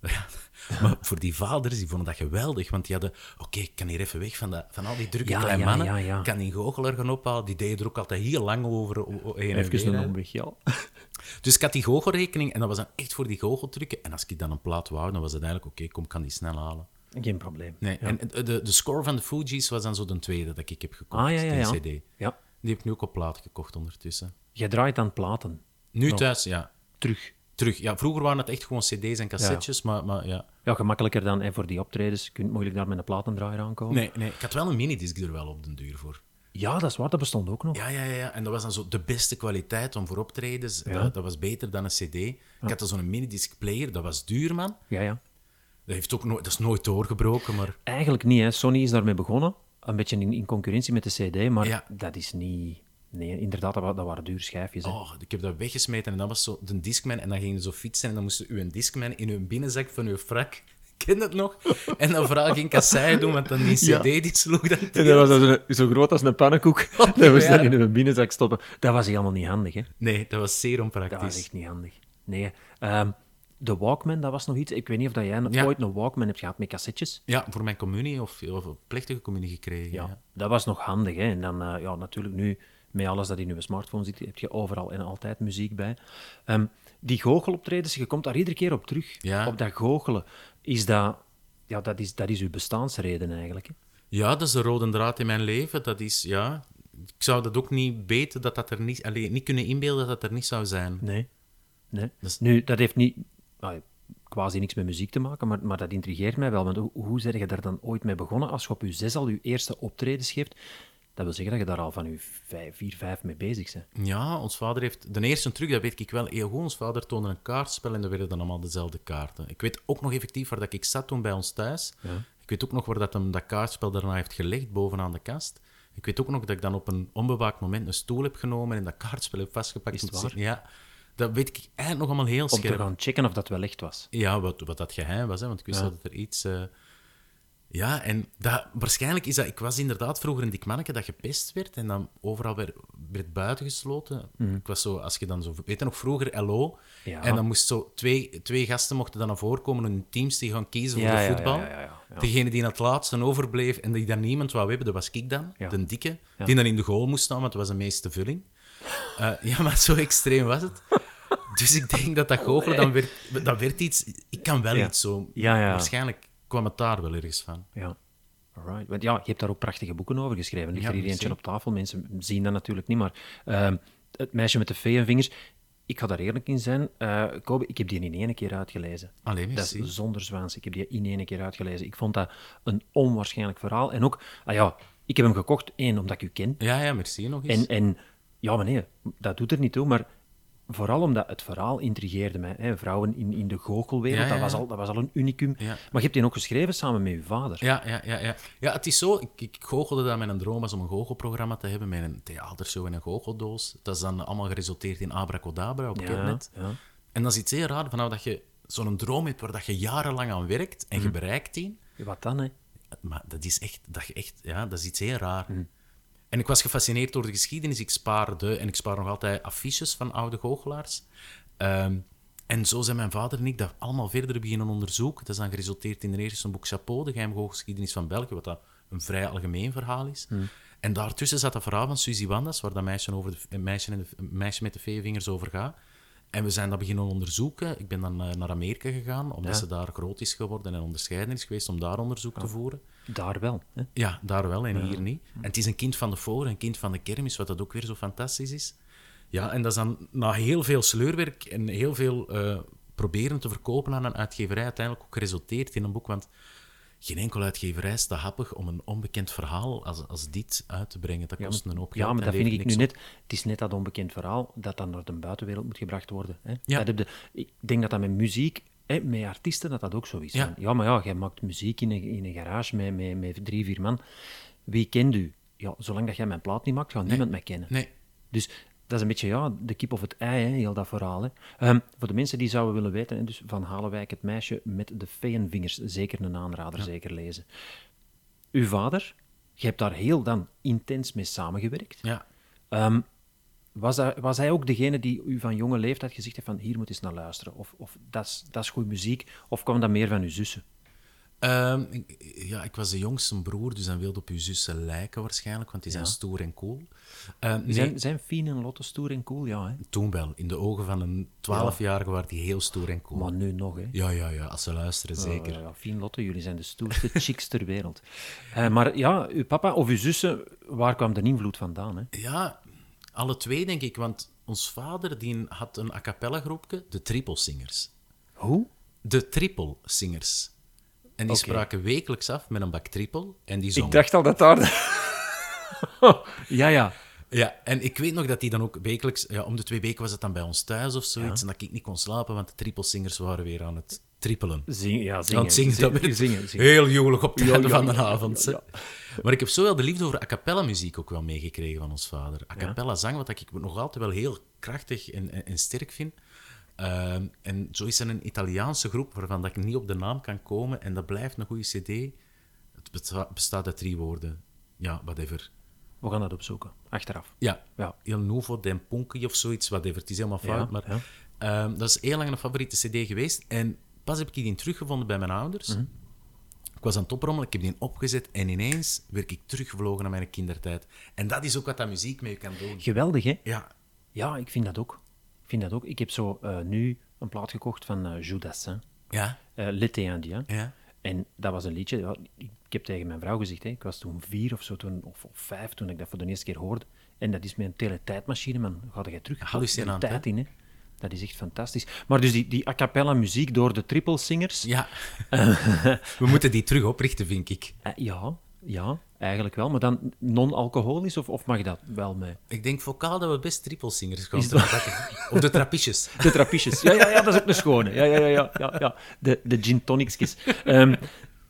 Speaker 3: Ja. Maar voor die vaders, die vonden dat geweldig. Want die hadden, oké, ik kan hier even weg van, dat, van al die drukke
Speaker 2: Ja,
Speaker 3: kleine
Speaker 2: ja,
Speaker 3: mannen.
Speaker 2: ja, ja.
Speaker 3: Ik kan die goochelaar gaan ophalen. Die deden er ook altijd heel lang over. o- o- heen en weer,
Speaker 2: Even
Speaker 3: hè.
Speaker 2: een omweg, ja.
Speaker 3: Dus ik had die goochelrekening en dat was dan echt voor die goocheltrukken. En als ik dan een plaat wou, dan was het eigenlijk, oké, kom, ik kan die snel halen.
Speaker 2: Geen probleem.
Speaker 3: Nee, En de, de score van de Fugees was dan zo de tweede dat ik heb gekocht,
Speaker 2: Ah, ja, ja,
Speaker 3: die
Speaker 2: ja.
Speaker 3: cd.
Speaker 2: Ja.
Speaker 3: Die heb ik nu ook op plaat gekocht ondertussen.
Speaker 2: Jij draait aan platen.
Speaker 3: Nu thuis, ja.
Speaker 2: Terug.
Speaker 3: Terug. Ja, vroeger waren het echt gewoon cd's en cassettes, maar, maar ja.
Speaker 2: Ja, gemakkelijker dan hè, voor die optredens. Je kunt moeilijk daar met een platendraaier aankomen.
Speaker 3: Nee, nee. Ik had wel een minidisc er wel op den duur voor.
Speaker 2: Ja, dat is waar. Dat bestond ook nog.
Speaker 3: Ja, ja, ja, ja. En dat was dan zo de beste kwaliteit om voor optredens. Eh, Dat, dat was beter dan een cd. Ik had dan zo'n minidisc player, dat was duur, man.
Speaker 2: Ja, ja.
Speaker 3: Dat, heeft ook nooit, dat is nooit doorgebroken, maar...
Speaker 2: Eigenlijk niet. Hè. Sony is daarmee begonnen. Een beetje in, in concurrentie met de CD, maar
Speaker 3: Ja.
Speaker 2: dat is niet. Nee, inderdaad, dat, wa- dat waren duur schijfjes. hè.
Speaker 3: Oh, ik heb dat weggesmeten en dat was zo de Discman. En dan gingen ze zo fietsen en dan moesten u een Discman in hun binnenzak van uw frak. Ken dat nog? En dan vooral geen kassei doen, want dan die cd
Speaker 2: Ja.
Speaker 3: die sloeg dan
Speaker 2: En dat was dan zo, zo groot als een pannenkoek. Dat was
Speaker 3: ja.
Speaker 2: dan in een binnenzak stoppen. Dat was helemaal niet handig, hè?
Speaker 3: Nee, dat was zeer
Speaker 2: Dat
Speaker 3: onpraktisch.
Speaker 2: was echt niet handig. Nee. ehm, de Walkman, dat was nog iets. Ik weet niet of dat jij nog
Speaker 3: Ja.
Speaker 2: ooit een Walkman hebt gehad met cassettes.
Speaker 3: Ja, voor mijn communie of, of een plechtige communie gekregen.
Speaker 2: Ja,
Speaker 3: ja.
Speaker 2: dat was nog handig. Hè? En dan eh, ja, natuurlijk nu, met alles dat in uw smartphone zit, heb je overal en altijd muziek bij. Ehm, die goocheloptredens, je komt daar iedere keer op terug.
Speaker 3: Ja.
Speaker 2: Op dat goochelen. Is dat, ja, dat, is, dat is uw bestaansreden eigenlijk. Hè?
Speaker 3: Ja, dat is de rode draad in mijn leven. Dat is, ja... Ik zou dat ook niet weten, dat dat er niet... Allee, niet kunnen inbeelden dat dat er niet zou zijn.
Speaker 2: Nee. nee. Nu, dat heeft niet ah, quasi niks met muziek te maken, maar, maar dat intrigeert mij wel. Want hoe, hoe zeg je daar dan ooit mee begonnen? Als je op je zes al je eerste optredens geeft, dat wil zeggen dat je daar al van je vijf, vier, vijf mee bezig bent.
Speaker 3: Ja, ons vader heeft... De eerste truc, dat weet ik wel. Heel goed, ons vader toonde een kaartspel en dat werden dan allemaal dezelfde kaarten. Ik weet ook nog effectief waar dat ik zat toen bij ons thuis. Ik weet ook nog waar dat hem dat kaartspel daarna heeft gelegd, bovenaan de kast. Ik weet ook nog dat ik dan op een onbewaakt moment een stoel heb genomen en dat kaartspel heb vastgepakt.
Speaker 2: Is het
Speaker 3: Moet
Speaker 2: waar?
Speaker 3: zeggen, Ja, dat weet ik eigenlijk nog allemaal heel
Speaker 2: Om te
Speaker 3: scherp.
Speaker 2: gaan checken of dat wel echt was.
Speaker 3: Ja, wat, wat dat geheim was, hè, want ik wist dat er iets... eh, Ja, en dat, waarschijnlijk is dat... Ik was inderdaad vroeger een dik manneke dat gepest werd en dan overal werd, werd buitengesloten. Ik was zo, als je dan zo... Weet je nog, vroeger LO.
Speaker 2: Mhm. Ja.
Speaker 3: En dan moest zo... Twee, twee gasten mochten dan naar voren komen hun teams die gaan kiezen voor
Speaker 2: Ja,
Speaker 3: de
Speaker 2: ja,
Speaker 3: voetbal.
Speaker 2: ja, ja, ja, ja.
Speaker 3: Degene die in het laatste overbleef en die daar niemand wou hebben, dat was ik dan,
Speaker 2: Ja.
Speaker 3: de dikke.
Speaker 2: Ja.
Speaker 3: Die dan in de goal moest staan, want het was de meeste vulling. Eh, ja, maar zo extreem was het. Dus ik denk dat dat goochelen, dan werd, dat werd iets... Ik kan wel
Speaker 2: Ja.
Speaker 3: iets zo.
Speaker 2: Ja, ja.
Speaker 3: Waarschijnlijk kwam het daar wel ergens van.
Speaker 2: Ja. Alright. Want ja, je hebt daar ook prachtige boeken over geschreven. Ligt
Speaker 3: Ja,
Speaker 2: er hier
Speaker 3: ik
Speaker 2: eentje
Speaker 3: zie.
Speaker 2: op tafel. Mensen zien dat natuurlijk niet, maar ehm, Het meisje met de feeënvingers. Ik ga daar eerlijk in zijn. Eh Kobe, ik heb die in één keer uitgelezen.
Speaker 3: Allee,
Speaker 2: dat
Speaker 3: merci.
Speaker 2: is zonder zwaans. Ik heb die in één keer uitgelezen. Ik vond dat een onwaarschijnlijk verhaal. En ook, ah ja, ik heb hem gekocht, één, omdat ik u ken.
Speaker 3: Ja, ja, merci nog eens.
Speaker 2: En, en ja, meneer, dat doet er niet toe, maar vooral omdat het verhaal intrigeerde mij. Hè. Vrouwen in, in de goochelwereld,
Speaker 3: Ja, ja,
Speaker 2: Dat, was
Speaker 3: ja.
Speaker 2: al, dat was al een unicum.
Speaker 3: Ja.
Speaker 2: Maar je hebt die ook geschreven samen met uw vader.
Speaker 3: Ja, ja, ja, ja. ja, het is zo. Ik, ik goochelde dat mijn droom was om een goochelprogramma te hebben met een theatershow en een goocheldoos. Dat is dan allemaal geresulteerd in Abracadabra op
Speaker 2: Ja,
Speaker 3: Ketnet.
Speaker 2: ja.
Speaker 3: En dat is iets heel raar, vanaf dat je zo'n droom hebt waar dat je jarenlang aan werkt en je
Speaker 2: Mm.
Speaker 3: bereikt die.
Speaker 2: Wat dan, hè?
Speaker 3: Maar dat is echt, dat je echt ja, dat is iets heel raar.
Speaker 2: Mm.
Speaker 3: En ik was gefascineerd door de geschiedenis. Ik spaarde en ik spaar nog altijd affiches van oude goochelaars. Ehm, en zo zijn mijn vader en ik dat allemaal verder beginnen onderzoeken. Dat is dan geresulteerd in een eerste boek Chapeau, de geheime geschiedenis van België, wat dat een vrij algemeen verhaal is. En daartussen zat dat verhaal van Suzy Wandas, waar dat meisje, over de, een meisje, en de- een meisje met de veevingers over gaat. En we zijn dat beginnen onderzoeken. Ik ben dan eh, naar Amerika gegaan, omdat
Speaker 2: Ja.
Speaker 3: ze daar groot is geworden en onderscheiden is geweest om daar onderzoek te voeren.
Speaker 2: Daar wel. Hè?
Speaker 3: Ja, daar wel en hier niet. En het is een kind van de voor, een kind van de kermis, wat dat ook weer zo fantastisch is. Ja, en dat is dan na heel veel sleurwerk en heel veel eh, proberen te verkopen aan een uitgeverij uiteindelijk ook geresulteerd in een boek. Want geen enkel uitgeverij is te happig om een onbekend verhaal als, als dit uit te brengen. Dat kost een hoop geld.
Speaker 2: Ja, maar
Speaker 3: en
Speaker 2: dat vind
Speaker 3: levert
Speaker 2: ik nu
Speaker 3: niks
Speaker 2: net. Het is net dat onbekend verhaal dat dan naar de buitenwereld moet gebracht worden. Hè?
Speaker 3: Ja.
Speaker 2: Dat heb je- ik denk dat dat met muziek, hè, met artiesten, dat dat ook zo is.
Speaker 3: Ja.
Speaker 2: Van, ja maar ja, jij maakt muziek in een, in een garage met, met, met drie, vier man. Wie kent u? Ja, zolang dat jij mijn plaat niet maakt, gaat niemand mij kennen.
Speaker 3: op. Nee,
Speaker 2: Dus dat is een beetje ja, de kip of het ei, hè, heel dat verhaal. Hè. Ehm, voor de mensen die zouden willen weten, hè, dus van Halenwijk, het meisje met de vingers, zeker een aanrader, zeker lezen. Uw vader, je hebt daar heel dan intens mee samengewerkt.
Speaker 3: ja.
Speaker 2: Ehm, was, hij, was hij ook degene die u van jonge leeftijd gezegd heeft van hier moet eens naar luisteren, of, of dat is- dat is goede muziek, of kwam dat meer van uw zussen?
Speaker 3: Ehm, ik- ja, ik was de jongste broer, dus dan wilde op uw zussen lijken waarschijnlijk, want die zijn stoer en cool. Ehm, nee.
Speaker 2: Zijn, zijn Fien en Lotte stoer en cool? Ja, hè?
Speaker 3: Toen wel. In de ogen van een 12-jarige waren die heel stoer en cool.
Speaker 2: maar nu nog. Hè?
Speaker 3: Ja, ja, ja. Als ze luisteren, zeker.
Speaker 2: Oh, Ja, ja, Fien Eh, Lotte, jullie zijn de stoerste chicks ter wereld. Eh, maar ja, uw papa of uw zussen, waar kwam de invloed vandaan? Hè?
Speaker 3: Ja, alle twee, denk ik. Want ons vader die had een a cappella groepje, de trippelsingers.
Speaker 2: Hoe?
Speaker 3: De trippelsingers. En die
Speaker 2: Oké.
Speaker 3: spraken wekelijks af met een bak trippel. En die zongen.
Speaker 2: dacht al dat daar... ja, ja.
Speaker 3: Ja, en ik weet nog dat die dan ook wekelijks... Ja, om de twee weken was het dan bij ons thuis of zoiets. En dat ik niet kon slapen, want de trippelsingers waren weer aan het trippelen.
Speaker 2: Zing, ja,
Speaker 3: Dan
Speaker 2: zingen.
Speaker 3: het zingen, dat werd
Speaker 2: zingen, zingen.
Speaker 3: heel jolig op het einde
Speaker 2: ja,
Speaker 3: van de
Speaker 2: ja, ja,
Speaker 3: avond.
Speaker 2: ja,
Speaker 3: hè. Maar ik heb zowel de liefde voor a cappella muziek ook wel meegekregen van ons vader. A cappella zang, wat ik nog altijd wel heel krachtig en, en, en sterk vind. Ehm, en zo is er een Italiaanse groep waarvan dat ik niet op de naam kan komen. En dat blijft een goede cd. Het besta- bestaat uit drie woorden. Ja, whatever.
Speaker 2: We gaan dat opzoeken, achteraf.
Speaker 3: Ja,
Speaker 2: Ja.
Speaker 3: Il Nuovo Demponki of zoiets, whatever. Het is helemaal fout,
Speaker 2: Ja,
Speaker 3: maar
Speaker 2: ja.
Speaker 3: ehm, dat is heel lang een favoriete cd geweest. En pas heb ik die teruggevonden bij mijn ouders. Ik was aan het oprommelen, ik heb die opgezet en ineens werd ik teruggevlogen naar mijn kindertijd. En dat is ook wat dat muziek mee kan doen.
Speaker 2: Geweldig, hè?
Speaker 3: Ja,
Speaker 2: Ja, ik vind dat ook. Ik vind dat ook. Ik heb zo eh, nu een plaat gekocht van eh Judas, hè?
Speaker 3: ja,
Speaker 2: Eh, L'été indien.
Speaker 3: Ja.
Speaker 2: En dat was een liedje. ja, Ik ik heb tegen mijn vrouw gezegd, hè, ik was toen vier of zo, toen, of, of vijf, toen ik dat voor de eerste keer hoorde. En dat is met een teletijdmachine, man. Ga jij terug?
Speaker 3: Hallucinant,
Speaker 2: De tijd in, hè. Dat is echt fantastisch. Maar dus die, die a cappella muziek door de trippelsingers.
Speaker 3: ja. We moeten die terug oprichten, vind ik.
Speaker 2: Eh, ja, ja, eigenlijk wel. Maar dan non-alcoholisch, of, of mag dat wel mee?
Speaker 3: Ik denk vocaal dat we best trippelsingers gaan pakken. Of de trappistjes.
Speaker 2: De trappistjes. Ja, ja, ja, dat is ook een schone. Ja, ja, ja, ja, ja, ja. De, de gin tonicsjes. Ehm,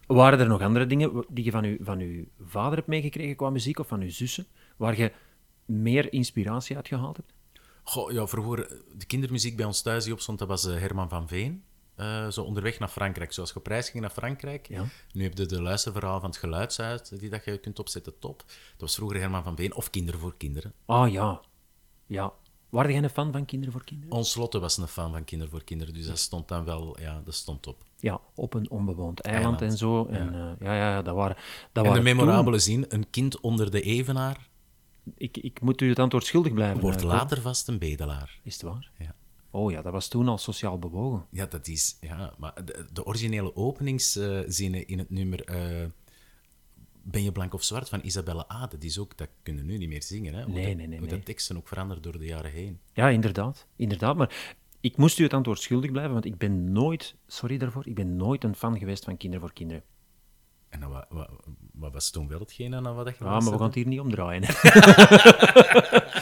Speaker 2: waren er nog andere dingen wa- die je van, uw van uw vader hebt meegekregen qua muziek of van uw zussen, waar je meer inspiratie uit gehaald hebt?
Speaker 3: Goh, ja, vroeger, eh, de kindermuziek bij ons thuis die opstond, dat was eh, Herman van Veen. Eh, zo onderweg naar Frankrijk. Zoals je op reis ging naar Frankrijk.
Speaker 2: Ja.
Speaker 3: Nu heb je de luisterverhaal van het geluidshuis eh, die dat je kunt opzetten, top. Dat was vroeger Herman van Veen of Kinderen voor Kinderen.
Speaker 2: Ah ja, ja. Waren jij een fan van Kinderen voor Kinderen?
Speaker 3: Ons Lotte was een fan van Kinderen voor Kinderen, dus dat stond dan wel, ja, dat stond op.
Speaker 2: Ja, op een onbewoond eiland,
Speaker 3: Eiland.
Speaker 2: en zo. En, eh, ja, ja, ja, dat waren... Dat
Speaker 3: En de
Speaker 2: waren
Speaker 3: memorabele zin, een kind onder de evenaar
Speaker 2: toen- Ik, ik moet u het antwoord schuldig blijven.
Speaker 3: wordt
Speaker 2: eh,
Speaker 3: later vast een bedelaar.
Speaker 2: Is het waar?
Speaker 3: Ja.
Speaker 2: Oh ja, dat was toen al sociaal bewogen.
Speaker 3: Ja, dat is. Ja, maar de, de originele openingszinnen in het nummer. eh, ben je blank of zwart van Isabelle A. Dat is ook, dat kunnen we nu niet meer zingen. Hè? Hoe
Speaker 2: Nee,
Speaker 3: dat-
Speaker 2: nee, nee,
Speaker 3: Hoe
Speaker 2: nee.
Speaker 3: dat teksten ook veranderd door de jaren heen.
Speaker 2: Ja, inderdaad. inderdaad. Maar ik moest u het antwoord schuldig blijven, want ik ben nooit, sorry daarvoor, ik ben nooit een fan geweest van Kinderen voor Kinderen.
Speaker 3: En dan, wat, wat, wat was toen wel hetgeen aan wat je
Speaker 2: Ja, Ah, maar we gaan
Speaker 3: luisterde?
Speaker 2: het hier niet omdraaien.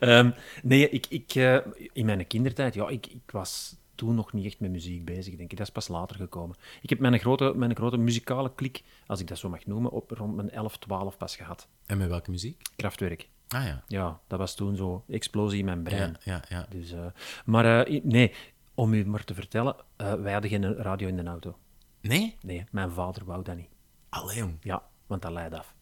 Speaker 2: Ehm, nee, ik, ik, eh, in mijn kindertijd, ja, ik, ik was toen nog niet echt met muziek bezig, denk ik. Dat is pas later gekomen. Ik heb mijn grote, mijn grote muzikale klik, als ik dat zo mag noemen, op rond mijn 11, 12 pas gehad.
Speaker 3: En met welke muziek?
Speaker 2: Kraftwerk.
Speaker 3: Ah ja.
Speaker 2: Ja, dat was toen zo explosie in mijn brein.
Speaker 3: Ja, ja, ja.
Speaker 2: Dus, eh, maar eh, i- nee, om u maar te vertellen, eh, wij hadden geen radio in de auto.
Speaker 3: Nee?
Speaker 2: Nee, mijn vader wou dat niet.
Speaker 3: Allee, jong.
Speaker 2: Ja, want dat leidde af.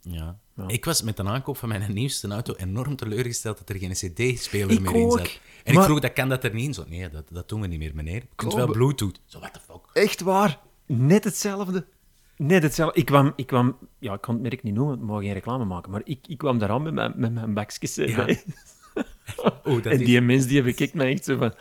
Speaker 3: Ja. Ik was met de aankoop van mijn nieuwste auto enorm teleurgesteld dat er geen CD-speler
Speaker 2: Ik
Speaker 3: meer in
Speaker 2: ook,
Speaker 3: zat. En
Speaker 2: maar-
Speaker 3: ik vroeg, dat kan dat er niet in? Zo, nee, dat, dat doen we niet meer, meneer. Je kunt
Speaker 2: Kom.
Speaker 3: wel Bluetooth. Zo, what the fuck?
Speaker 2: Echt waar? Net hetzelfde. Nee, dat is wel- ik kwam, ik kwam, ja, ik kan het merk niet noemen, want we mogen geen reclame maken, maar ik, ik kwam daar aan met mijn, met mijn bakjes. eh,
Speaker 3: Ja.
Speaker 2: bij.
Speaker 3: Oh, dat
Speaker 2: en
Speaker 3: is-
Speaker 2: die mens die bekijkt mij echt zo van,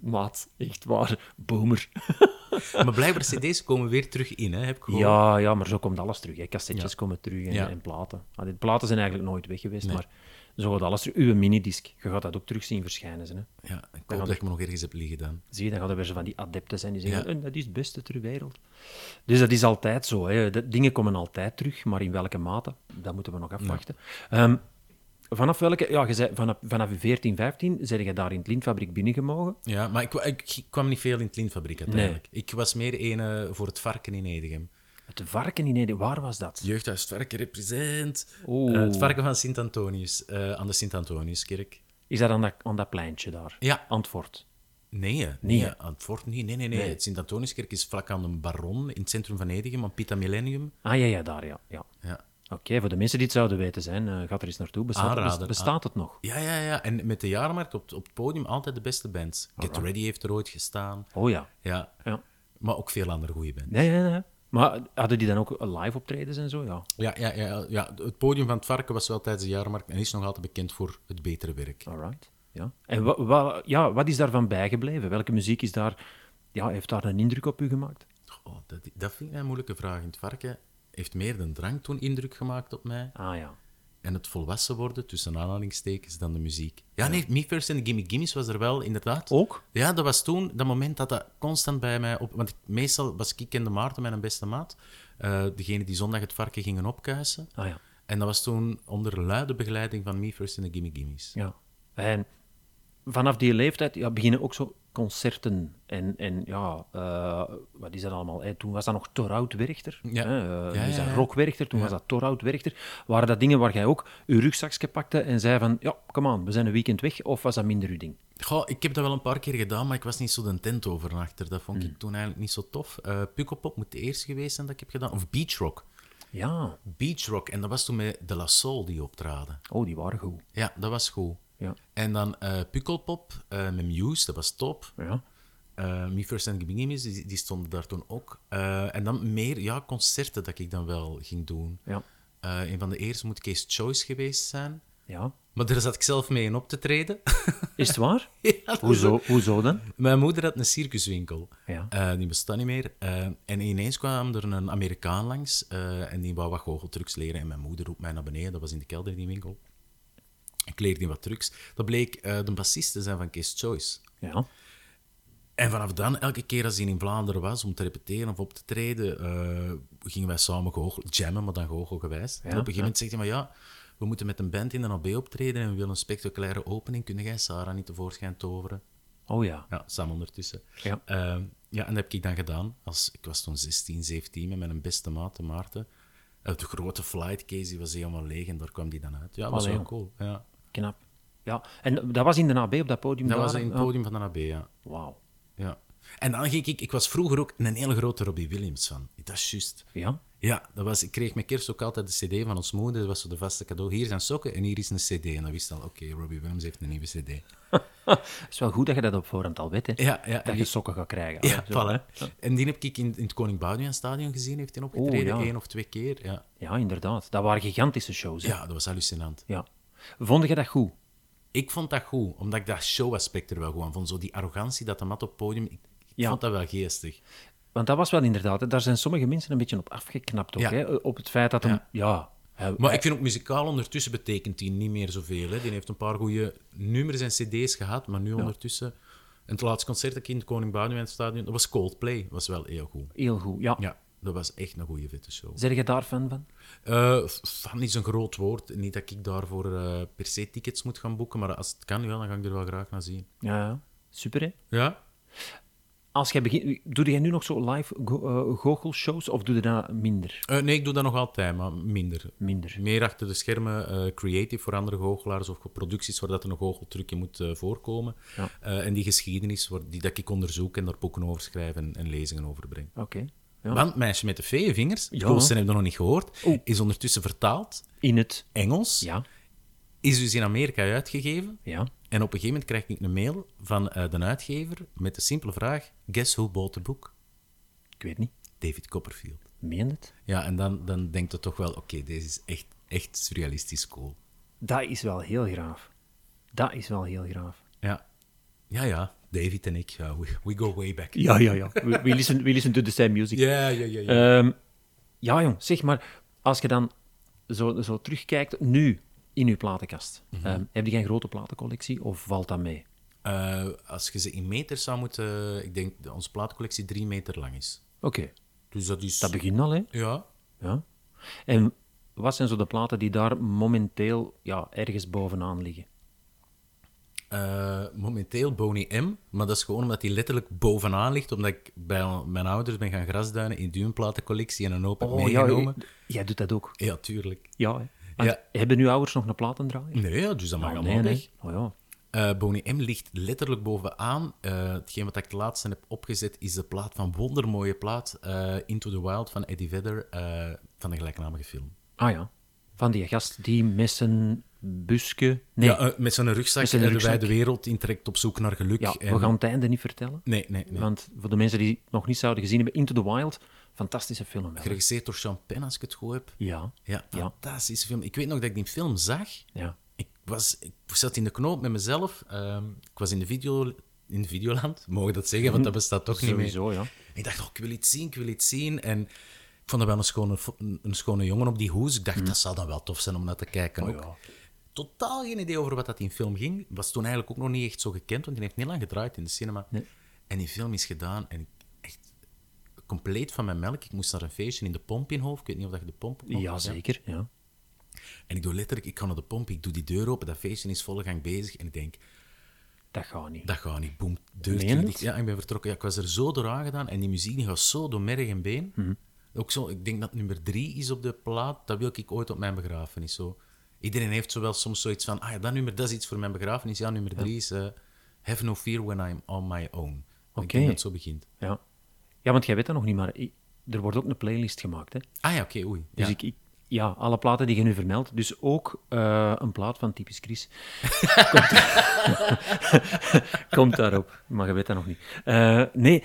Speaker 2: maat, echt waar, boomer.
Speaker 3: Maar blijkbaar, cd's komen weer terug in, hè, heb ik gehoord.
Speaker 2: Ja, ja, maar zo komt alles terug. Hè. Cassetjes komen terug en,
Speaker 3: Ja.
Speaker 2: en platen. Ah, die platen zijn eigenlijk nooit weg geweest, maar zo gaat alles terug. Uw minidisc, je gaat dat ook terug zien verschijnen. Hè.
Speaker 3: Ja, ik hoop dat ik me nog ergens heb liggen dan.
Speaker 2: Zie je, dan gaan er weer zo van die adepten zijn die zeggen,
Speaker 3: Ja.
Speaker 2: "Eh, dat is het beste ter wereld. Dus dat is altijd zo. Hè. De, dingen komen altijd terug, maar in welke mate, dat moeten we nog afwachten. Ehm, vanaf welke, ja, je zei, vanaf, vanaf je 14, 15, zijn je daar in het lintfabriek binnengemogen.
Speaker 3: Ja, maar ik, ik, ik kwam niet veel in het lintfabriek uiteindelijk. Ik was meer een eh, voor het varken in Edegem.
Speaker 2: Het varken in Ede, waar was dat?
Speaker 3: Jeugdhuis het varken represent.
Speaker 2: Oeh.
Speaker 3: Eh, het varken van Sint-Antonius, eh, aan de Sint-Antoniuskerk.
Speaker 2: Is dat aan dat, aan dat pleintje daar?
Speaker 3: Ja.
Speaker 2: Antwoord.
Speaker 3: Nee, hè. nee, hè. aan het fort niet. Nee, nee, nee. Het Sint-Antoniuskerk is vlak aan de Baron, in het centrum van Edegem, aan Pita Millennium.
Speaker 2: Ah ja, ja, daar ja. ja.
Speaker 3: Ja.
Speaker 2: Oké, voor de mensen die het zouden weten zijn, eh, gaat er eens naartoe. Bestaat,
Speaker 3: Aanrader.
Speaker 2: best- bestaat het nog?
Speaker 3: Ja, ja, ja. En met de jaarmarkt op, op het podium altijd de beste bands. Get Ready heeft er ooit gestaan.
Speaker 2: Oh ja.
Speaker 3: Ja.
Speaker 2: ja.
Speaker 3: Maar ook veel andere goede bands.
Speaker 2: Nee, nee, nee. Maar hadden die dan ook live optredens en zo? Ja.
Speaker 3: Ja, ja, ja, ja, het podium van het varken was wel tijdens de jaarmarkt en is nog altijd bekend voor het betere werk.
Speaker 2: Alright. Ja. En wa- wa- ja, wat is daarvan bijgebleven? Welke muziek is daar, ja, heeft daar een indruk op u gemaakt?
Speaker 3: Oh, dat, dat vind ik een moeilijke vraag. In het varken heeft meer de drank toen indruk gemaakt op mij.
Speaker 2: Ah ja.
Speaker 3: En het volwassen worden, tussen aanhalingstekens, dan de muziek. Ja, nee, Me First en de Gimme Gimme's was er wel, inderdaad.
Speaker 2: Ook?
Speaker 3: Ja, dat was toen, dat moment dat dat constant bij mij op... Want ik, meestal was ik in de Maarten, mijn beste maat, eh, degene die zondag het varken gingen opkuisen.
Speaker 2: Ah ja.
Speaker 3: En dat was toen onder luide begeleiding van Me First en de Gimme Gimme's.
Speaker 2: ja. En vanaf die leeftijd ja, beginnen ook zo concerten. En, en ja, eh, wat is dat allemaal? hè? toen was dat nog Torhout Werchter.
Speaker 3: Ja.
Speaker 2: hè? Eh,
Speaker 3: Ja,
Speaker 2: nu
Speaker 3: ja,
Speaker 2: is dat
Speaker 3: ja.
Speaker 2: Rock Werchter, toen was dat Torhout Werchter. Waren dat dingen waar jij ook je rugzakje pakte en zei van, ja, kom aan, we zijn een weekend weg? Of was dat minder uw ding?
Speaker 3: Goh, ik heb dat wel een paar keer gedaan, maar ik was niet zo de tent overnachter. Dat vond
Speaker 2: Hmm.
Speaker 3: ik toen eigenlijk niet zo tof. Eh Pukkelpop moet de eerste geweest zijn dat ik heb gedaan. Of Beachrock.
Speaker 2: Ja.
Speaker 3: Beachrock. En dat was toen met De La Soul die optraden.
Speaker 2: Oh, die waren goed.
Speaker 3: Ja, dat was goed.
Speaker 2: Ja.
Speaker 3: En dan eh Pukkelpop eh, met Muse, dat was top.
Speaker 2: Ja.
Speaker 3: Eh Me First and Giving Images, die, die stonden daar toen ook. Eh, en dan meer ja, concerten dat ik dan wel ging doen.
Speaker 2: Ja.
Speaker 3: Eh, een van de eerste moet Case Choice geweest zijn.
Speaker 2: ja.
Speaker 3: Maar daar zat ik zelf mee in op te treden.
Speaker 2: Is het waar?
Speaker 3: Ja, dat
Speaker 2: Hoezo, hoezo dan?
Speaker 3: Mijn moeder had een circuswinkel.
Speaker 2: Ja.
Speaker 3: Eh, die bestaat niet meer. Eh, en ineens kwam er een Amerikaan langs eh, en die wou wat goocheltrucs leren. En mijn moeder roept mij naar beneden, dat was in de kelder in die winkel. Ik leerde die wat trucs. Dat bleek eh, de bassist te zijn van Case Choice.
Speaker 2: Ja.
Speaker 3: En vanaf dan, elke keer als hij in Vlaanderen was om te repeteren of op te treden, eh, gingen wij samen goochel, jammen, maar dan goochelgewijs. en op een gegeven moment zegt hij, maar ja, we moeten met een band in de AB optreden en we willen een spectaculaire opening. Kunnen jij Sarah niet tevoorschijn toveren?
Speaker 2: Oh ja.
Speaker 3: Ja, samen ondertussen.
Speaker 2: Ja.
Speaker 3: Ehm, ja, en dat heb ik dan gedaan. Als, ik was toen 16, 17 met mijn beste maat, de Maarten. Eh, de grote flight case die was helemaal leeg en daar kwam die dan uit. Ja, dat was
Speaker 2: Allee,
Speaker 3: wel cool. Ja.
Speaker 2: Knap. Ja. En dat was in de AB op dat podium
Speaker 3: Dat
Speaker 2: daar?
Speaker 3: was in het podium van de AB, ja.
Speaker 2: Oh, Wauw.
Speaker 3: ja. En dan ging ik, ik was vroeger ook een hele grote Robbie Williams fan. Dat is juist.
Speaker 2: Ja.
Speaker 3: Ja, dat was, ik kreeg met kerst ook altijd de CD van ons moeder. Dat was zo de vaste cadeau. Hier zijn sokken en hier is een CD. En dan wist je al, oké, Robbie Williams heeft een nieuwe CD.
Speaker 2: Het is wel goed dat je dat op voorhand al weet, hè.
Speaker 3: Ja, ja.
Speaker 2: Dat je sokken gaat krijgen.
Speaker 3: Ja,
Speaker 2: Zo.
Speaker 3: voilà. En die heb ik in, in het Koning Boudewijn Stadion gezien. Heeft hij opgetreden,
Speaker 2: ja.
Speaker 3: één of twee keer. Ja.
Speaker 2: Ja, inderdaad. Dat waren gigantische shows, hè.
Speaker 3: ja, dat was hallucinant.
Speaker 2: Ja. Vond je dat goed?
Speaker 3: Ik vond dat goed, omdat ik dat showaspect er wel goed aan vond. Zo die arrogantie dat de mat op het podium... Ik, ik
Speaker 2: Ja.
Speaker 3: vond dat wel geestig.
Speaker 2: Want dat was wel inderdaad... hè, Daar zijn sommige mensen een beetje op afgeknapt ook,
Speaker 3: Ja.
Speaker 2: hè. Op het feit dat hem... Ja. hij-
Speaker 3: Maar ik vind ook muzikaal ondertussen betekent die niet meer zoveel. Hè. Die heeft een paar goede nummers en cd's gehad, maar nu ondertussen... En het laatste concert dat ik in het Koning Boudewijn Stadion... Dat was Coldplay, was wel heel goed.
Speaker 2: heel goed, ja.
Speaker 3: Ja, dat was echt een goede vette show.
Speaker 2: Zeg je daar fan van?
Speaker 3: Eh, fan is een groot woord. Niet dat ik daarvoor eh, per se tickets moet gaan boeken, maar als het kan, ja, dan ga ik er wel graag naar zien.
Speaker 2: Ja, ja. Super, hè.
Speaker 3: Ja?
Speaker 2: Als jij begint... Doe jij nu nog zo live go- eh, goochelshows of doe je dat minder?
Speaker 3: Eh, nee, ik doe dat nog altijd, maar minder.
Speaker 2: Minder.
Speaker 3: Meer achter de schermen, eh, creative voor andere goochelaars of producties waar dat een goocheltruc in moet eh, voorkomen. Eh, en die geschiedenis waar, die dat ik onderzoek en daar boeken over schrijf en, en lezingen over breng.
Speaker 2: Oké. Ja.
Speaker 3: Want Meisje met de Veevingers,
Speaker 2: Ja.
Speaker 3: ja. Goosten heb je nog niet gehoord, is ondertussen vertaald,
Speaker 2: In het...
Speaker 3: Engels,
Speaker 2: Ja.
Speaker 3: is dus in Amerika uitgegeven.
Speaker 2: Ja.
Speaker 3: En op een gegeven moment krijg ik een mail van eh, de uitgever met de simpele vraag: Guess who bought the book?
Speaker 2: Ik weet niet.
Speaker 3: David Copperfield.
Speaker 2: Meen het?
Speaker 3: Ja, en dan, dan denkt het toch wel, oké, deze is echt, echt surrealistisch cool.
Speaker 2: Dat is wel heel graaf. Dat is wel heel graaf.
Speaker 3: Ja. Ja, ja. David en ik, ja, we, we go way back.
Speaker 2: Ja, ja, ja. We, we listen, we listen to the same music.
Speaker 3: Ja, ja, ja. ja.
Speaker 2: Ehm, ja, jong, zeg maar, als je dan zo, zo terugkijkt nu in je platenkast,
Speaker 3: Mhm.
Speaker 2: ehm, heb je geen grote platencollectie of valt dat mee?
Speaker 3: Eh, als je ze in meters zou moeten... Ik denk dat onze plaatcollectie drie meter lang is.
Speaker 2: Oké,
Speaker 3: Dus dat is...
Speaker 2: dat begint al, hè?
Speaker 3: Ja.
Speaker 2: Ja. En wat zijn zo de platen die daar momenteel ja, ergens bovenaan liggen?
Speaker 3: Eh, momenteel Boney M, maar dat is gewoon omdat hij letterlijk bovenaan ligt, omdat ik bij mijn ouders ben gaan grasduinen in duinplatencollectie en een hoop heb
Speaker 2: Oh,
Speaker 3: meegenomen.
Speaker 2: ja, eh, jij doet dat ook.
Speaker 3: Ja, tuurlijk.
Speaker 2: Ja, hè. Want
Speaker 3: Ja.
Speaker 2: Hebben uw ouders nog een platendraaier?
Speaker 3: Nee, ja, dus dat mag
Speaker 2: Ah,
Speaker 3: allemaal weg.
Speaker 2: hè. Oh, ja.
Speaker 3: Eh, Boney M ligt letterlijk bovenaan. Eh, hetgeen wat ik het laatste heb opgezet is de plaat van wondermooie plaat eh, Into the Wild van Eddie Vedder eh, van de gelijknamige film.
Speaker 2: ah ja, van die gast die met zijn busje... Nee,
Speaker 3: Ja, eh, met zijn rugzak
Speaker 2: Met zijn
Speaker 3: eh, de
Speaker 2: rugzak.
Speaker 3: wijde wereld intrekt op zoek naar geluk.
Speaker 2: ja,
Speaker 3: en-
Speaker 2: we gaan het einde niet vertellen.
Speaker 3: eh, Nee, nee, nee.
Speaker 2: Want voor de mensen die het nog niet zouden gezien hebben, Into the Wild, fantastische film. wel.
Speaker 3: Geregisseerd door Champagne, als ik het goed heb.
Speaker 2: Ja,
Speaker 3: Ja,
Speaker 2: Ja.
Speaker 3: fantastische film. Ik weet nog dat ik die film zag.
Speaker 2: ja.
Speaker 3: Ik, was, ik zat in de knoop met mezelf. Ehm, ik was in de video... In Videoland, mogen we dat zeggen, want dat bestaat toch niet meer.
Speaker 2: Sowieso, ja.
Speaker 3: Ik dacht, oh, ik wil iets zien, ik wil iets zien. En ik vond dat wel een schone, fo- een, een schone jongen op die hoes. Ik
Speaker 2: Mm.
Speaker 3: dacht, dat zou dan wel tof zijn om naar te
Speaker 2: Oh,
Speaker 3: kijken. ook. Totaal geen idee over wat dat in film ging. Was toen eigenlijk ook nog niet echt zo gekend, want die heeft niet lang gedraaid in de cinema. En die film is gedaan en ik echt compleet van mijn melk. Ik moest naar een feestje in de pomp in Hoofd. Ik weet niet of dat je de pomp ook nog
Speaker 2: ja,
Speaker 3: kent.
Speaker 2: zeker. Ja.
Speaker 3: En ik doe letterlijk, ik ga naar de pomp, ik doe die deur open, dat feestje is volle gang bezig. En ik denk,
Speaker 2: Dat gaat niet.
Speaker 3: dat gaat niet. Boom, deur
Speaker 2: Meen
Speaker 3: terug
Speaker 2: het?
Speaker 3: dicht. Ja, ik ben vertrokken. Ja, ik was er zo door aangedaan en die muziek die gaat zo door merg en been.
Speaker 2: Mhm.
Speaker 3: Ook zo, ik denk dat het nummer drie is op de plaat. Dat wil ik ooit op mijn begrafenis. Zo. Iedereen heeft zo wel soms zoiets van, ah ja, dat nummer, dat is iets voor mijn begrafenis. Ja, nummer drie is eh, Have No Fear When I'm On My Own. Ik
Speaker 2: Oké.
Speaker 3: denk dat het zo begint.
Speaker 2: Ja. ja, want jij weet dat nog niet, maar i- er wordt ook een playlist gemaakt. Hè?
Speaker 3: Ah ja, oké, oei.
Speaker 2: Dus
Speaker 3: ja.
Speaker 2: ik, ik- ja, alle platen die je nu vermeldt. Dus ook eh, een plaat van typisch Chris. komt, komt daarop, maar je weet dat nog niet. Eh, nee,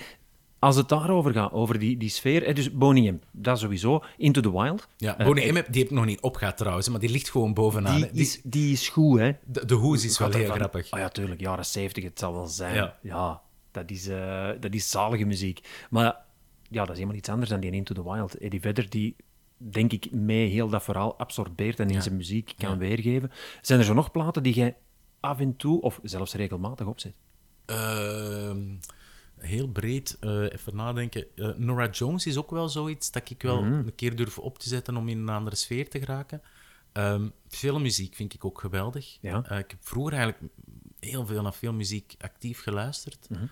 Speaker 2: als het daarover gaat, over die, die sfeer. hè, dus Boniem, dat sowieso. Into the Wild.
Speaker 3: Ja,
Speaker 2: Eh,
Speaker 3: Bonnie M, heb- die heb ik nog niet opgehaald trouwens, maar die ligt gewoon bovenaan.
Speaker 2: die,
Speaker 3: hè. Die-
Speaker 2: is, die is goed, hè?
Speaker 3: de, de hoes is wel
Speaker 2: Gaat
Speaker 3: heel
Speaker 2: ervan-
Speaker 3: grappig.
Speaker 2: Ah ja, tuurlijk, jaren 70, het zal wel zijn.
Speaker 3: Ja.
Speaker 2: Ja, dat, is, eh, dat is zalige muziek. Maar ja, dat is helemaal iets anders dan die in Into the Wild. Eddie Vedder, die denk ik mee heel dat verhaal absorbeert en in zijn muziek kan weergeven. Zijn er zo nog platen die jij af en toe, of zelfs regelmatig opzet?
Speaker 3: Ehm, heel breed, eh, even nadenken. Eh, Nora Jones is ook wel zoiets dat ik
Speaker 2: Mhm.
Speaker 3: wel een keer durf op te zetten om in een andere sfeer te geraken. Ehm filmmuziek vind ik ook geweldig.
Speaker 2: Ja.
Speaker 3: Eh, ik heb vroeger eigenlijk heel veel naar filmmuziek actief geluisterd.
Speaker 2: Mhm.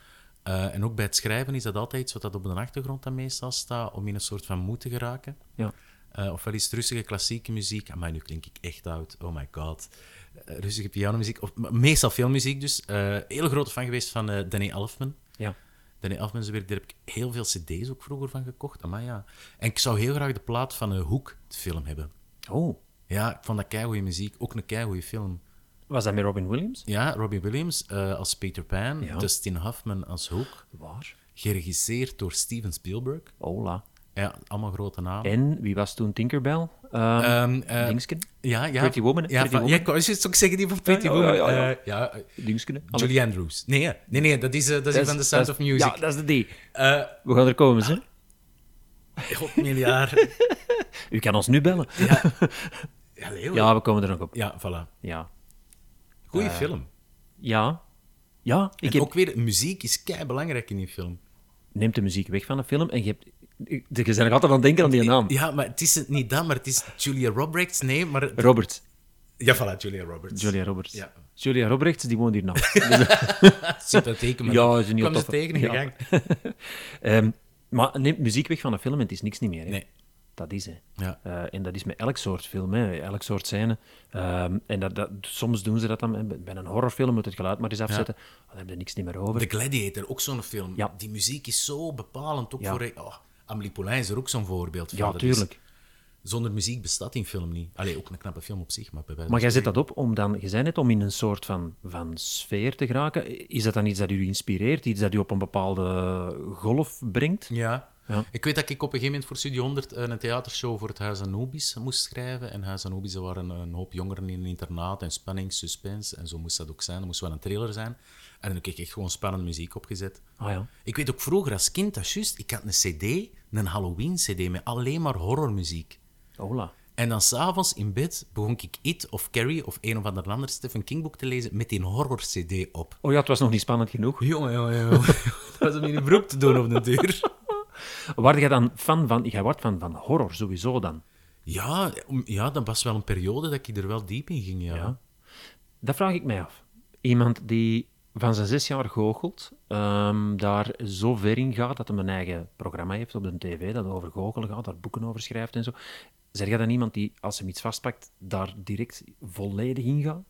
Speaker 3: Eh, en ook bij het schrijven is dat altijd iets wat dat op de achtergrond dan meestal staat, om in een soort van moed te geraken.
Speaker 2: Ja.
Speaker 3: Eh, ofwel is het rustige klassieke muziek. Maar nu klink ik echt oud. Oh my god. Eh, rustige pianomuziek. Of, maar meestal filmmuziek dus. Eh, heel groot fan geweest van eh, Danny Elfman.
Speaker 2: Ja.
Speaker 3: Danny Elfman zijn werk, daar heb ik heel veel cd's ook vroeger van gekocht. Maar ja. En ik zou heel graag de plaat van eh, Hoek, de film, hebben.
Speaker 2: Oh,
Speaker 3: Ja, ik vond dat keigoeie muziek. Ook een keigoeie film.
Speaker 2: was dat met Robin Williams?
Speaker 3: Ja, Robbie Williams eh, als Peter Pan.
Speaker 2: Ja.
Speaker 3: Dustin Hoffman als Hoek.
Speaker 2: Waar?
Speaker 3: Geregisseerd door Steven Spielberg.
Speaker 2: Ola.
Speaker 3: Ja, allemaal grote namen.
Speaker 2: En wie was toen Tinkerbell? Ehm
Speaker 3: Ehm, eh,
Speaker 2: Dingsken?
Speaker 3: Ja, ja.
Speaker 2: Pretty Woman, hè?
Speaker 3: Ja,
Speaker 2: Pretty
Speaker 3: van,
Speaker 2: Woman.
Speaker 3: ja, ik wou juist ook zeggen die van Pretty
Speaker 2: ja,
Speaker 3: Woman.
Speaker 2: ja, ja.
Speaker 3: Eh, ja, eh,
Speaker 2: Dingsken, hè? Alle-
Speaker 3: Julie Andrews. Nee, hè. nee, nee, dat is, eh, dat is die
Speaker 2: Dat is-
Speaker 3: van The Sound
Speaker 2: dat
Speaker 3: of
Speaker 2: is-
Speaker 3: Music.
Speaker 2: Ja, dat is de die.
Speaker 3: Eh,
Speaker 2: We gaan er komen, ze.
Speaker 3: god, miljard.
Speaker 2: U kan ons nu bellen.
Speaker 3: ja. Allee, hoor. ja.
Speaker 2: Ja, we komen er nog op.
Speaker 3: voilà.
Speaker 2: Ja.
Speaker 3: Goeie film.
Speaker 2: Ja. Ja,
Speaker 3: En
Speaker 2: ik heb...
Speaker 3: ook weer, muziek is kei belangrijk in die film.
Speaker 2: neemt de muziek weg van de film en je hebt... Je bent nog altijd aan het denken aan die naam.
Speaker 3: Ja, maar het is niet dat, maar het is Julia Roberts. Nee, maar...
Speaker 2: Roberts.
Speaker 3: Ja, voilà, Julia Roberts.
Speaker 2: Julia Roberts.
Speaker 3: Ja.
Speaker 2: Julia Roberts, die woont hier nou.
Speaker 3: Sympathiek, maar
Speaker 2: Ja,
Speaker 3: dan
Speaker 2: is een heel
Speaker 3: kwam ze
Speaker 2: toffe.
Speaker 3: tegen in de
Speaker 2: Ja.
Speaker 3: gang.
Speaker 2: Ehm, maar neemt muziek weg van de film en het is niks niet meer. Hè?
Speaker 3: Nee.
Speaker 2: Dat is, hè.
Speaker 3: Ja.
Speaker 2: Eh, en dat is met elk soort film, hè. elk soort scène. Ehm, en dat, dat, soms doen ze dat dan. hè. Bij een horrorfilm moet het geluid maar eens afzetten. Dan heb je niks niet meer over.
Speaker 3: The Gladiator, ook zo'n film.
Speaker 2: Ja.
Speaker 3: Die muziek is zo bepalend. Ook
Speaker 2: Ja.
Speaker 3: voor... Oh, Amélie Poulain is er ook zo'n voorbeeld van.
Speaker 2: ja,
Speaker 3: Dat is-
Speaker 2: tuurlijk.
Speaker 3: Zonder muziek bestaat die film niet. Allee, ook een knappe film op zich, maar bij wijze
Speaker 2: Maar
Speaker 3: van
Speaker 2: jij zet dat op om dan, je zei net, om in een soort van, van sfeer te geraken. Is dat dan iets dat u inspireert? Iets dat u op een bepaalde golf brengt?
Speaker 3: spreken. Ja.
Speaker 2: Ja.
Speaker 3: Ik weet dat ik op een gegeven moment voor Studio 100 een theatershow voor het Huis Anubis moest schrijven. En Huis Anubis, dat waren een hoop jongeren in een internaat en spanning, suspense. En zo moest dat ook zijn. Er moest wel een trailer zijn. En dan kreeg ik echt gewoon spannende muziek opgezet.
Speaker 2: Ah ja.
Speaker 3: Ik weet ook vroeger als kind, dat is juist, ik had een cd, een Halloween-cd met alleen maar horrormuziek.
Speaker 2: Hola.
Speaker 3: En dan s'avonds in bed begon ik It of Carrie of een of ander ander Stephen King boek te lezen met die horror-cd op.
Speaker 2: Oh ja, het was nog niet spannend genoeg.
Speaker 3: Jongen, jongen, jongen. dat was om in je broek te doen op de deur.
Speaker 2: Waar jij dan fan van? Jij wordt fan van horror, sowieso dan.
Speaker 3: Ja, om- ja, dat was wel een periode dat ik er wel diep in ging, ja.
Speaker 2: Ja. Dat vraag ik mij af. Iemand die van zijn zes jaar goochelt, ehm, daar zo ver in gaat dat hij een eigen programma heeft op de tv, dat over goochelen gaat, daar boeken over schrijft en zo. Zeg jij dan iemand die, als hem iets vastpakt, daar direct volledig in gaat?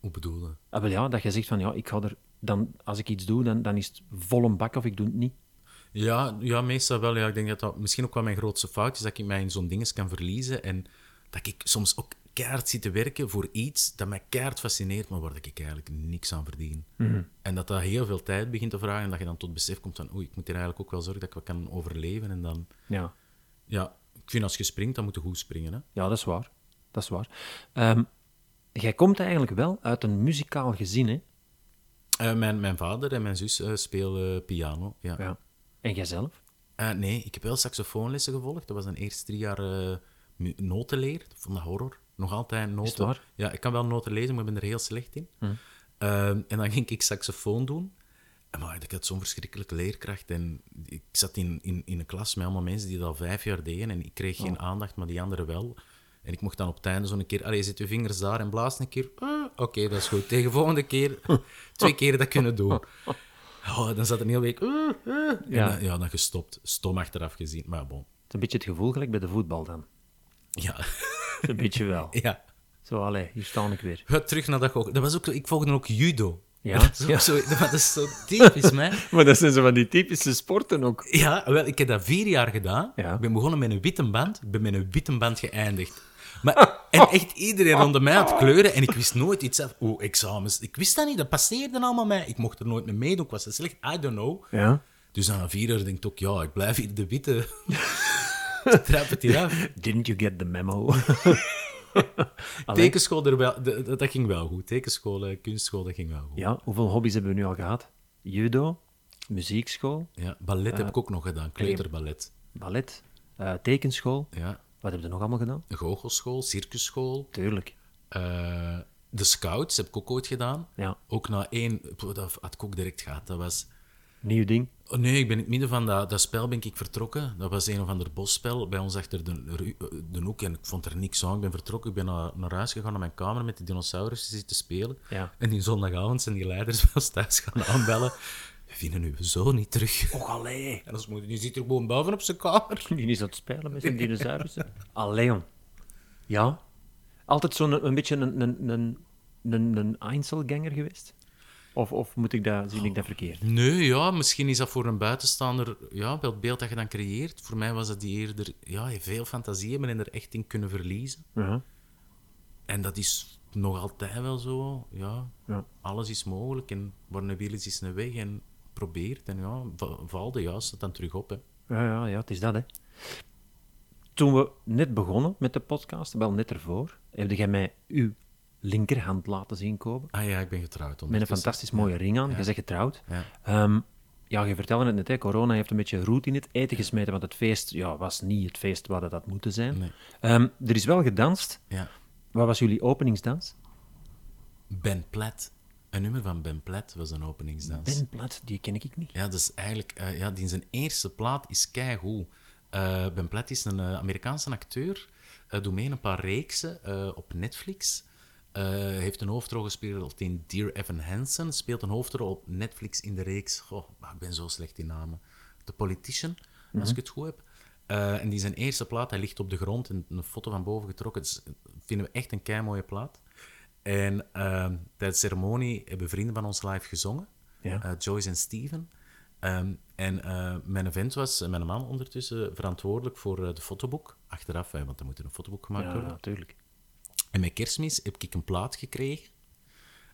Speaker 3: Hoe bedoel je?
Speaker 2: Ah, wel ja, dat je zegt van, ja, ik ga er... Dan, als ik iets doe, dan, dan is het vol een bak of ik doe het niet.
Speaker 3: Ja, ja, meestal wel. Ja. Ik denk dat dat misschien ook wel mijn grootste fout is, dat ik mij in zo'n dinges kan verliezen en dat ik soms ook keihard zit te werken voor iets dat mij keihard fascineert, maar waar ik eigenlijk niks aan verdien. En dat dat heel veel tijd begint te vragen en dat je dan tot besef komt van oei, ik moet hier eigenlijk ook wel zorgen dat ik wat kan overleven. En dan,
Speaker 2: Ja.
Speaker 3: ja, ik vind als je springt, dan moet je goed springen. Hè?
Speaker 2: Ja, dat is waar. Dat is waar. Ehm, jij komt eigenlijk wel uit een muzikaal gezin, hè?
Speaker 3: Eh, mijn, mijn vader en mijn zus eh, spelen piano, ja.
Speaker 2: En jijzelf?
Speaker 3: Eh, nee, ik heb wel saxofoonlessen gevolgd. Dat was dan eerst drie jaar eh, mu- notenleer. Dat vond ik horror. Nog altijd noten.
Speaker 2: het waar? Hm.
Speaker 3: Ja, ik kan wel noten lezen, maar ik ben er heel slecht in. Eh, en dan ging ik saxofoon doen. En Maar ik had zo'n verschrikkelijke leerkracht. En ik zat in, in, in een klas met allemaal mensen die dat al vijf jaar deden. En ik kreeg
Speaker 2: Oh.
Speaker 3: geen aandacht, maar die anderen wel. En ik mocht dan op het einde zo'n keer... Allee, zet je vingers daar en blaas een keer. Ah, Oké, dat is goed. Tegen volgende keer twee keer dat kunnen doen. Oh, dan zat een hele week... "Ah, ah." En
Speaker 2: Ja.
Speaker 3: dan- ja, dan gestopt. Stom achteraf gezien. Maar bon.
Speaker 2: Het is een beetje het gevoel gelijk bij de voetbal dan.
Speaker 3: Ja.
Speaker 2: Een beetje wel.
Speaker 3: ja.
Speaker 2: Zo, allee, hier sta ik weer.
Speaker 3: Ga terug naar dat gokken. Dat was ook... Ik volgde ook judo.
Speaker 2: Ja?
Speaker 3: Dat is, ook
Speaker 2: Ja.
Speaker 3: Zo, dat is zo typisch, man.
Speaker 2: Maar dat zijn zo van die typische sporten ook.
Speaker 3: Ja, wel, ik heb dat vier jaar gedaan.
Speaker 2: Ja.
Speaker 3: Ik ben begonnen met een witte band. Ik ben met een witte band geëindigd. Maar, en echt iedereen rondom mij had kleuren. En ik wist nooit iets af. Oeh, examens. Ik wist dat niet. Dat passeerde allemaal mij. Ik mocht er nooit mee meedoen. Ik was dat slecht. I don't know.
Speaker 2: Ja.
Speaker 3: Dus na een vier jaar denk ik ook, ja, ik blijf hier de witte. Trap het hier af.
Speaker 2: Didn't you get the memo?
Speaker 3: Tekenschool, er wel, de- dat, dat ging wel goed. Tekenschool, eh, kunstschool, dat ging wel goed. Ja,
Speaker 2: ja, hoeveel hobby's hebben we nu al gehad? Judo, muziekschool,
Speaker 3: ballet heb ik ook nog gedaan. Kleuterballet.
Speaker 2: ballet, eh, tekenschool.
Speaker 3: Ja.
Speaker 2: Wat hebben we nog allemaal gedaan?
Speaker 3: Goochelschool, circusschool.
Speaker 2: Tuurlijk.
Speaker 3: Eh, de Scouts heb ik ook ooit gedaan.
Speaker 2: Ja.
Speaker 3: Ook na één, pff, dat had ik ook direct gehad. Dat was.
Speaker 2: Nieuw ding.
Speaker 3: Oh nee, ik ben in het midden van dat, dat spel ben ik vertrokken. Dat was een of ander bosspel bij ons achter de, ru- de hoek. En ik vond er niks aan. Ik ben vertrokken. Ik ben naar, naar huis gegaan, naar mijn kamer met de dinosaurussen zitten spelen.
Speaker 2: Ja.
Speaker 3: En die zondagavond zijn die leiders van ons thuis gaan aanbellen. We vinden uw zoon niet terug.
Speaker 2: Och, allee.
Speaker 3: En als moeder, die zit er gewoon boven op zijn kamer.
Speaker 2: Die is aan het spelen met zijn dinosaurussen. Allee, jong. Ja. Altijd zo'n een, beetje een, een, een, een, een Einzelganger geweest? Of, of moet ik dat, zie ik dat verkeerd?
Speaker 3: Nee, ja, misschien is dat voor een buitenstaander ja, wel het beeld dat je dan creëert. Voor mij was dat die eerder ja, veel fantasie hebben en er echt in kunnen verliezen.
Speaker 2: Ja.
Speaker 3: En dat is nog altijd wel zo. Ja,
Speaker 2: Ja.
Speaker 3: Alles is mogelijk en waar een wil is, is een weg. En probeert en ja, va- val de juiste dan terug op. Hè.
Speaker 2: Ja, ja, ja, het is dat, hè. Toen we net begonnen met de podcast, wel net ervoor, heb jij mij uw linkerhand laten zien komen.
Speaker 3: Ah ja, ik ben getrouwd.
Speaker 2: Met een
Speaker 3: ondertussen.
Speaker 2: fantastisch mooie ring aan. Je zegt getrouwd.
Speaker 3: Ja.
Speaker 2: Ehm, ja, je vertelde het net, hè, corona heeft een beetje roet in het eten gesmeten, want het feest ja, was niet het feest waar dat had moeten zijn.
Speaker 3: Nee.
Speaker 2: Ehm, er is wel gedanst.
Speaker 3: Ja.
Speaker 2: Wat was jullie openingsdans?
Speaker 3: Ben Platt. Een nummer van Ben Platt was een openingsdans.
Speaker 2: Ben Plat, die ken ik niet.
Speaker 3: Ja, dat is eigenlijk... eh, ja, die in zijn eerste plaat is keigoed. Eh ben Platt is een eh, Amerikaanse acteur. eh doet mee in een paar reeksen eh, op Netflix. Eh, heeft een hoofdrol gespeeld in Dear Evan Hansen. Speelt een hoofdrol op Netflix in de reeks... Goh, maar ik ben zo slecht in namen. The Politician, als ik het goed heb. Eh, en die zijn eerste plaat, hij ligt op de grond en een foto van boven getrokken. Dat is- vinden we echt een keimooie plaat. En ehm, tijdens de ceremonie hebben vrienden van ons live gezongen.
Speaker 2: Ja.
Speaker 3: Eh, Joyce en Steven. Ehm, en eh, mijn vent was, eh, mijn man ondertussen, verantwoordelijk voor eh, de fotoboek. Achteraf, hè, want er moet er een fotoboek gemaakt
Speaker 2: Ja,
Speaker 3: worden.
Speaker 2: natuurlijk.
Speaker 3: En met kerstmis heb ik een plaat gekregen.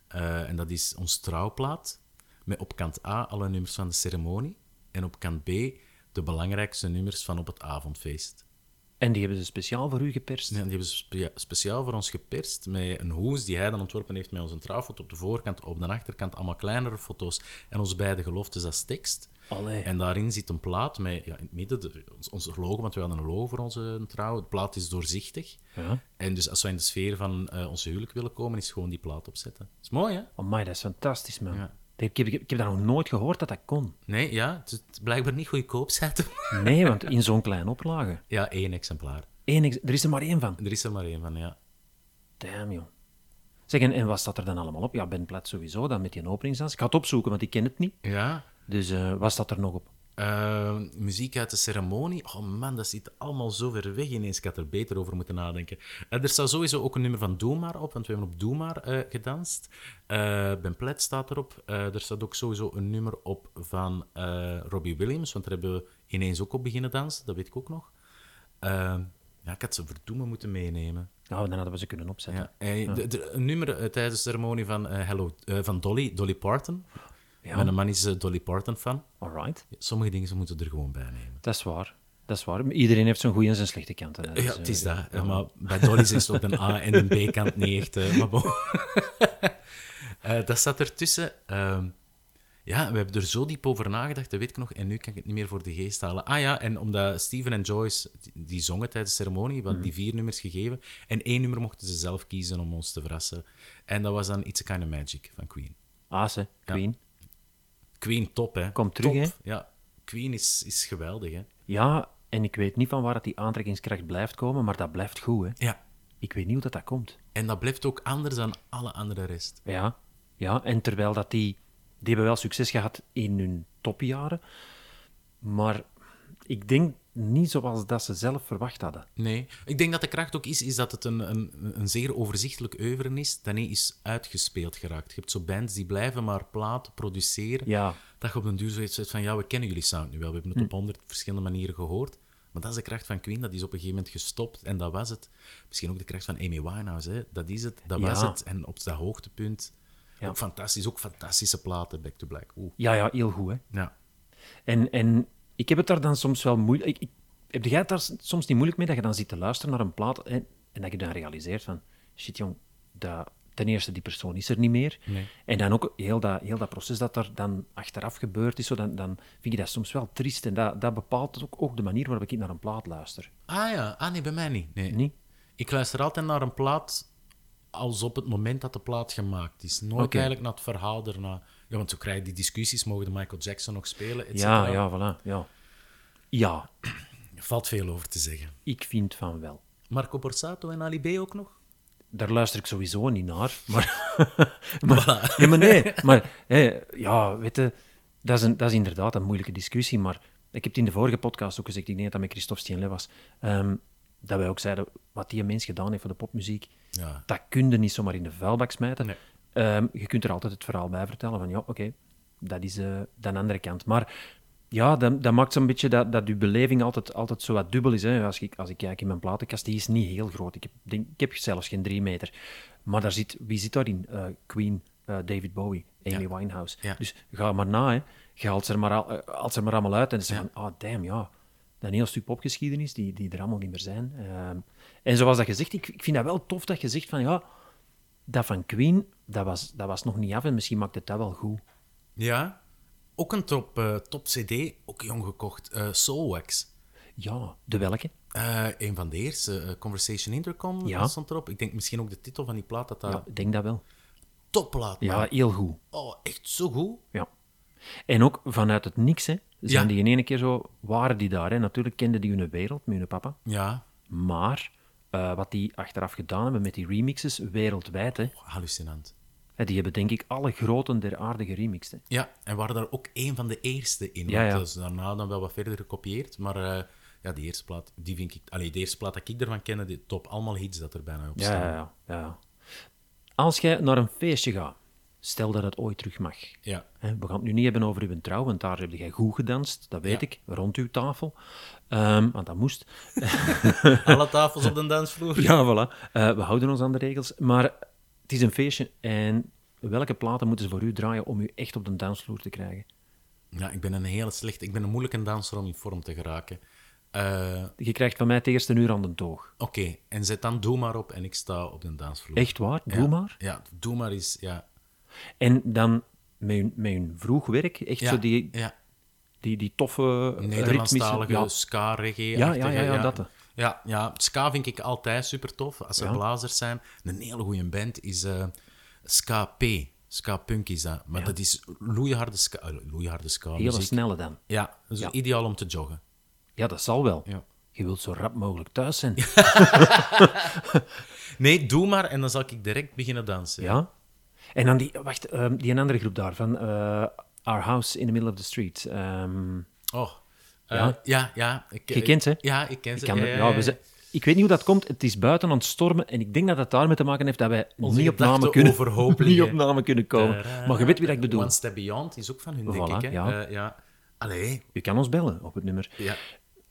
Speaker 3: Eh, en dat is ons trouwplaat. Met op kant A alle nummers van de ceremonie. En op kant B de belangrijkste nummers van op het avondfeest.
Speaker 2: En die hebben ze speciaal voor u geperst?
Speaker 3: Ja, die hebben ze spe- ja, speciaal voor ons geperst met een hoes die hij dan ontworpen heeft met onze trouwfoto op de voorkant, op de achterkant allemaal kleinere foto's en onze beide geloftes als tekst.
Speaker 2: Allee.
Speaker 3: En daarin zit een plaat met ja, in het midden de, ons, ons logo, want we hadden een logo voor onze trouw. De plaat is doorzichtig.
Speaker 2: Ja.
Speaker 3: En dus als we in de sfeer van eh onze huwelijk willen komen, is gewoon die plaat opzetten. Is mooi, hè?
Speaker 2: Amai, dat is fantastisch, man.
Speaker 3: Ja.
Speaker 2: Ik, heb, ik, heb- ik heb dat nog nooit gehoord dat dat kon.
Speaker 3: Nee, ja, het is blijkbaar niet goedkoop zetten.
Speaker 2: Nee, want in zo'n kleine oplage.
Speaker 3: ja, één exemplaar.
Speaker 2: Eén, ex- er is er maar één van.
Speaker 3: Er is er maar één van, ja.
Speaker 2: Damn, joh. Zeg, en, en wat staat er dan allemaal op? Ja, Ben Platt sowieso, dan met die openingsdans. Ik ga het opzoeken, want ik ken het niet.
Speaker 3: Ja,
Speaker 2: Dus eh, wat staat er nog op?
Speaker 3: Eh, muziek uit de ceremonie. Oh man, dat zit allemaal zo ver weg ineens. Ik had er beter over moeten nadenken. Eh, er staat sowieso ook een nummer van Doe Maar op, want we hebben op Doe Maar eh, gedanst. Eh, ben Plet staat erop. Eh, er staat ook sowieso een nummer op van eh, Robbie Williams, want daar hebben we ineens ook op beginnen dansen. Dat weet ik ook nog. Eh, ja, ik had ze verdoemen moeten meenemen.
Speaker 2: Nou, dan hadden we ze kunnen opzetten.
Speaker 3: Ja. eh, de- de- een nummer eh, tijdens de ceremonie van, eh, Hello, eh, van Dolly, Dolly Parton. Mijn man is eh, Dolly Parton fan.
Speaker 2: Alright.
Speaker 3: Sommige dingen ze moeten er gewoon bij nemen.
Speaker 2: Dat is waar. Dat is waar. Iedereen heeft zijn goede en zijn slechte kanten. hè. Dus,
Speaker 3: Ja,
Speaker 2: eh,
Speaker 3: het is dat. Ja, maar bij Dolly's is het op een A- en een B-kant niet echt. eh, maar bon. Eh, dat zat ertussen. Ehm, ja, we hebben er zo diep over nagedacht, dat weet ik nog. En nu kan ik het niet meer voor de geest halen. Ah ja, en omdat Steven en Joyce, die- die zongen tijdens de ceremonie, we hadden
Speaker 2: Mhm.
Speaker 3: die vier nummers gegeven. En één nummer mochten ze zelf kiezen om ons te verrassen. En dat was dan It's a Kind of Magic van Queen.
Speaker 2: Aas, hè. Queen.
Speaker 3: Queen, top, hè.
Speaker 2: Komt terug,
Speaker 3: Top.
Speaker 2: hè?
Speaker 3: Ja, Queen is, is geweldig, hè.
Speaker 2: Ja, en ik weet niet van waar het die aantrekkingskracht blijft komen, maar dat blijft goed, hè.
Speaker 3: Ja.
Speaker 2: Ik weet niet hoe dat, dat komt.
Speaker 3: En dat blijft ook anders dan alle andere rest.
Speaker 2: Ja, ja. en terwijl dat die... Die hebben wel succes gehad in hun topjaren. Maar ik denk niet zoals dat ze zelf verwacht hadden.
Speaker 3: Nee. Ik denk dat de kracht ook is, is dat het een, een, een zeer overzichtelijk oeuvre is dat niet is uitgespeeld geraakt. Je hebt zo bands die blijven maar platen produceren.
Speaker 2: Ja. Hm.
Speaker 3: Dat je op den duur zoiets zegt van, ja, we kennen jullie sound nu wel. We hebben het op honderd verschillende manieren gehoord. Maar dat is de kracht van Queen, dat is op een gegeven moment gestopt en dat was het. Misschien ook de kracht van Amy Winehouse, hè. dat is het, dat
Speaker 2: Ja.
Speaker 3: was het. En op dat hoogtepunt,
Speaker 2: Ja.
Speaker 3: ook fantastisch, ook fantastische platen, Back to Black. Oeh.
Speaker 2: Ja, ja, heel goed, hè.
Speaker 3: Ja.
Speaker 2: En, en ik heb het daar dan soms wel moeilijk... Ik, ik, heb jij het daar s- soms niet moeilijk mee dat je dan zit te luisteren naar een plaat en, en dat je dan realiseert van... Shit, jong, dat, ten eerste, die persoon is er niet meer.
Speaker 3: Nee.
Speaker 2: En dan ook heel dat, heel dat proces dat er dan achteraf gebeurd is, zo, dan, dan vind je dat soms wel triest. En dat, dat bepaalt ook, ook de manier waarop ik naar een plaat luister.
Speaker 3: Ah ja, ah nee, bij mij niet. Nee.
Speaker 2: Niet?
Speaker 3: Ik luister altijd naar een plaat als op het moment dat de plaat gemaakt is. Nooit
Speaker 2: Oké.
Speaker 3: eigenlijk naar het verhaal daarna. Ja, want zo krijg je die discussies, mogen de Michael Jackson nog spelen, et
Speaker 2: Ja,
Speaker 3: cetera.
Speaker 2: ja, voilà. Ja. ja,
Speaker 3: Valt veel over te zeggen.
Speaker 2: ik vind van wel.
Speaker 3: Marco Borsato en Ali B ook nog?
Speaker 2: Daar luister ik sowieso niet naar. Maar, maar, ja, maar nee, maar hé, ja, weet je, dat is, een, dat is inderdaad een moeilijke discussie. Maar ik heb het in de vorige podcast ook gezegd, ik denk dat dat met Christophe Stienle was, ehm, dat wij ook zeiden, wat die mens gedaan heeft voor de popmuziek,
Speaker 3: Ja.
Speaker 2: dat kun je niet zomaar in de vuilbak smijten.
Speaker 3: Nee.
Speaker 2: Ehm, je kunt er altijd het verhaal bij vertellen van, ja, oké, dat is eh de andere kant. Maar ja, dat, dat maakt zo'n beetje dat, dat je beleving altijd, altijd zo wat dubbel is. Hè. Als, ik, als ik kijk in mijn platenkast, die is niet heel groot. Ik heb, denk, ik heb zelfs geen drie meter. Maar daar zit, wie zit daarin? Eh, Queen, eh, David Bowie, Amy
Speaker 3: Ja.
Speaker 2: Winehouse.
Speaker 3: Ja.
Speaker 2: Dus ga maar na, hè. je haalt ze er maar, al, eh, haalt ze er maar allemaal uit en ze van, ah, damn, ja. Dat een heel stuk popgeschiedenis die, die er allemaal niet meer zijn. Ehm, en zoals dat gezegd, ik, ik vind dat wel tof dat je zegt van, ja, dat van Queen, dat was, dat was nog niet af en misschien maakt het dat wel goed.
Speaker 3: Ja. Ook een top, eh, top cd, ook jong gekocht, eh Soulwax.
Speaker 2: Ja, de welke?
Speaker 3: Eh, een van de eerste, eh, Conversation Intercom
Speaker 2: Ja.
Speaker 3: stond erop. Ik denk misschien ook de titel van die plaat, dat dat
Speaker 2: Ja, ik denk dat wel.
Speaker 3: topplaat
Speaker 2: Ja,
Speaker 3: maakt.
Speaker 2: heel goed.
Speaker 3: Oh, echt zo goed.
Speaker 2: Ja. En ook vanuit het niks, hè. Zijn
Speaker 3: Ja.
Speaker 2: die in ene keer zo, waren die daar, hè. Natuurlijk kenden die hun wereld, met hun papa.
Speaker 3: Ja,
Speaker 2: Maar eh, wat die achteraf gedaan hebben met die remixes wereldwijd, hè.
Speaker 3: hallucinant.
Speaker 2: Hè, Die hebben denk ik alle groten der aarde geremixt. Hè.
Speaker 3: Ja, en waren daar ook één van de eerste in.
Speaker 2: Ja,
Speaker 3: Ja,
Speaker 2: ja.
Speaker 3: Dat is daarna dan wel wat verder gekopieerd. Maar eh, ja, die eerste plaat, die vind ik... Allee, de eerste plaat dat ik ervan kende, die top allemaal hits dat er bijna op staan.
Speaker 2: Ja, ja, ja. Als jij naar een feestje gaat, stel dat het ooit terug mag.
Speaker 3: Ja.
Speaker 2: Hè, We gaan het nu niet hebben over uw trouw, want daar heb jij goed gedanst, dat weet
Speaker 3: Ja.
Speaker 2: ik, rond uw tafel. Ehm, want dat moest.
Speaker 3: Alle tafels op de dansvloer.
Speaker 2: Ja, voilà. Eh, we houden ons aan de regels. Maar het is een feestje en welke platen moeten ze voor u draaien om u echt op de dansvloer te krijgen?
Speaker 3: Ja, ik ben een hele slechte... Ik ben een moeilijke danser om in vorm te geraken. Eh,
Speaker 2: Je krijgt van mij het eerste uur aan de toog.
Speaker 3: Oké, en zet dan Doe maar op en ik sta op de dansvloer.
Speaker 2: Echt waar? Doe
Speaker 3: Ja.
Speaker 2: maar.
Speaker 3: Ja, Doe maar is... Ja,
Speaker 2: En dan met hun, met hun vroeg werk, echt
Speaker 3: ja,
Speaker 2: zo die,
Speaker 3: ja.
Speaker 2: die, die toffe eh, ritmische...
Speaker 3: Nederlandstalige
Speaker 2: Ja,
Speaker 3: ska reggae
Speaker 2: Ja, ja, ja, ja, dat, hè.
Speaker 3: ja, ja, ska vind ik altijd super tof. Als er blazers zijn, een hele goede band is eh, Ska P. Ska Punk is dat. Maar dat is loeiharde ska, eh, loeiharde ska
Speaker 2: hele
Speaker 3: muziek.
Speaker 2: snelle dan.
Speaker 3: Ja, dat is
Speaker 2: Ja.
Speaker 3: ideaal om te joggen.
Speaker 2: Ja, dat zal wel.
Speaker 3: Ja.
Speaker 2: Je wilt zo rap mogelijk thuis zijn. Ja.
Speaker 3: Nee, doe maar en dan zal ik direct beginnen dansen.
Speaker 2: En dan die... Wacht, ehm, die een andere groep daar, van eh, Our House in the Middle of the Street. Ehm,
Speaker 3: Oh. Eh,
Speaker 2: Ja.
Speaker 3: ja. ja, Ik,
Speaker 2: Je kent ze?
Speaker 3: Ja, ik ken
Speaker 2: ik,
Speaker 3: ze.
Speaker 2: kan
Speaker 3: ja,
Speaker 2: er-
Speaker 3: ja,
Speaker 2: ja, we
Speaker 3: ja.
Speaker 2: zijn- ik weet niet hoe dat komt. Het is buiten aan het stormen. En ik denk dat dat daarmee te maken heeft dat wij
Speaker 3: Onze
Speaker 2: niet op namen
Speaker 3: gedachten
Speaker 2: kunnen,
Speaker 3: overhoop
Speaker 2: niet
Speaker 3: liggen.
Speaker 2: op namen kunnen komen. Maar je weet wie dat ik bedoel.
Speaker 3: One Step Beyond is ook van hun,
Speaker 2: Voilà,
Speaker 3: denk ik. Hè?
Speaker 2: ja.
Speaker 3: Eh, ja. Allee.
Speaker 2: U kan ons bellen op het nummer.
Speaker 3: Ja.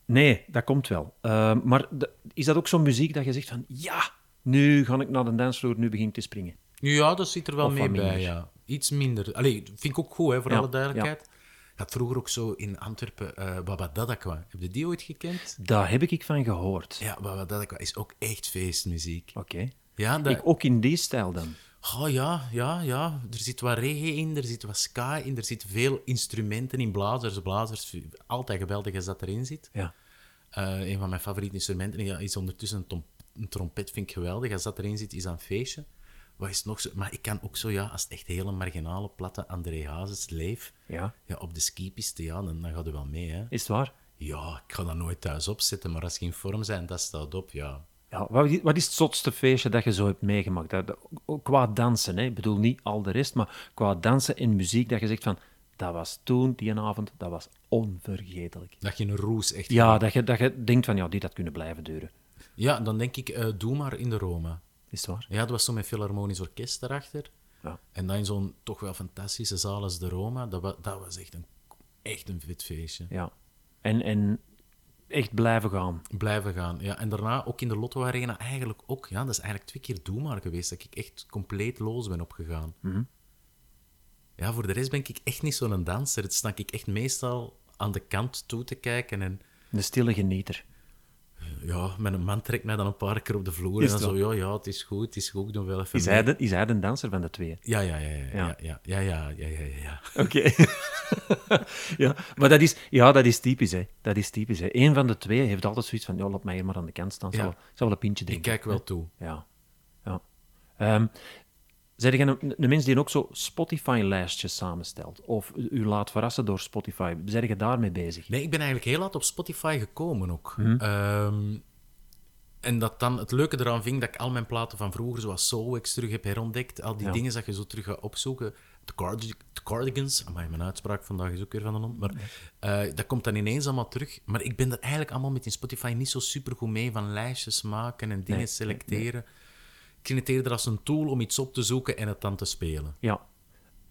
Speaker 2: Nee, dat komt wel. Eh, maar de- is dat ook zo'n muziek dat je zegt van... Ja, nu ga ik naar de dansvloer, nu begin ik te springen.
Speaker 3: Ja, dat zit er wel
Speaker 2: Of wat
Speaker 3: mee bij,
Speaker 2: minder.
Speaker 3: ja. Iets minder. Allee, vind ik ook goed, hè, voor
Speaker 2: Ja,
Speaker 3: alle duidelijkheid. Ik had vroeger ook zo in Antwerpen eh Babadadakwa. Heb je die ooit gekend?
Speaker 2: Daar heb ik van gehoord.
Speaker 3: Ja, Babadadakwa is ook echt feestmuziek.
Speaker 2: Oké.
Speaker 3: Ja, dat...
Speaker 2: Ik ook in die stijl dan.
Speaker 3: Oh ja, ja, ja. Er zit wat reggae in, er zit wat ska in, er zit veel instrumenten in, blazers, blazers. Altijd geweldig als dat erin zit.
Speaker 2: Ja.
Speaker 3: Eh, een van mijn favoriete instrumenten ja, is ondertussen een, tom- een trompet, vind ik geweldig. Als dat erin zit, is dat een feestje. Wat is nog zo? Maar ik kan ook zo, ja, als het echt hele marginale, platte André Hazes leef,
Speaker 2: Ja.
Speaker 3: ja, op de skipiste, ja, dan, dan gaat u wel mee, hè.
Speaker 2: Is het waar?
Speaker 3: Ja, ik ga dat nooit thuis opzetten, maar als je in vorm bent, dat staat op, ja.
Speaker 2: Ja, wat, i- wat is het zotste feestje dat je zo hebt meegemaakt? Dat, dat- ook qua dansen, hè? ik bedoel niet al de rest, maar qua dansen en muziek, dat je zegt van, dat was toen, die avond, dat was onvergetelijk.
Speaker 3: Dat je een roes echt...
Speaker 2: Ja, dat je, dat je denkt van, ja, dit had kunnen blijven duren.
Speaker 3: Ja, dan denk ik, eh, doe maar in de Roma.
Speaker 2: Is het waar?
Speaker 3: Ja, dat was zo met Philharmonisch Orkest daarachter.
Speaker 2: Ja.
Speaker 3: En dan in zo'n toch wel fantastische zaal als de Roma. Dat, wa- dat was echt een, echt een vet feestje.
Speaker 2: Ja. En, en echt blijven gaan.
Speaker 3: Blijven gaan, ja. En daarna ook in de Lotto Arena eigenlijk ook. Ja, dat is eigenlijk twee keer Doe maar geweest dat ik echt compleet los ben opgegaan.
Speaker 2: Mhm.
Speaker 3: Ja, voor de rest ben ik echt niet zo'n danser. Het sta ik echt meestal aan de kant toe te kijken en...
Speaker 2: Een stille genieter.
Speaker 3: Ja, mijn man trekt mij dan een paar keer op de vloer
Speaker 2: Is
Speaker 3: en
Speaker 2: het
Speaker 3: dan zo... Ja, ja, het is goed, het is goed, ik doe wel even
Speaker 2: Is hij de, is hij de danser van de twee?
Speaker 3: mee. Ja, ja, ja, ja, ja, ja, ja, ja, ja, ja, ja, ja.
Speaker 2: Oké. ja, maar dat is, ja, dat is typisch, hè. Dat is typisch, hè. Eén van de twee heeft altijd zoiets van, ja, laat mij hier maar aan de kant staan. Ik
Speaker 3: Ja.
Speaker 2: zal, ik zal wel een pintje
Speaker 3: Ik
Speaker 2: drinken.
Speaker 3: kijk wel toe.
Speaker 2: Ja. ja. Ehm zijn jij een, een mens die ook zo Spotify-lijstjes samenstelt? Of u- u laat verrassen door Spotify? Zijn je daarmee bezig?
Speaker 3: Nee, ik ben eigenlijk heel laat op Spotify gekomen ook. Ehm, en dat dan het leuke eraan vind ik dat ik al mijn platen van vroeger, zoals Soulwax, terug heb herontdekt. Al die
Speaker 2: Ja.
Speaker 3: dingen dat je zo terug gaat opzoeken. De, card de Cardigans, amai, mijn uitspraak vandaag is ook weer van de mond. Maar eh, dat komt dan ineens allemaal terug. Maar ik ben er eigenlijk allemaal met in Spotify niet zo super goed mee van lijstjes maken en dingen selecteren. Ik vind het eerder als een tool om iets op te zoeken en het dan te spelen.
Speaker 2: Ja.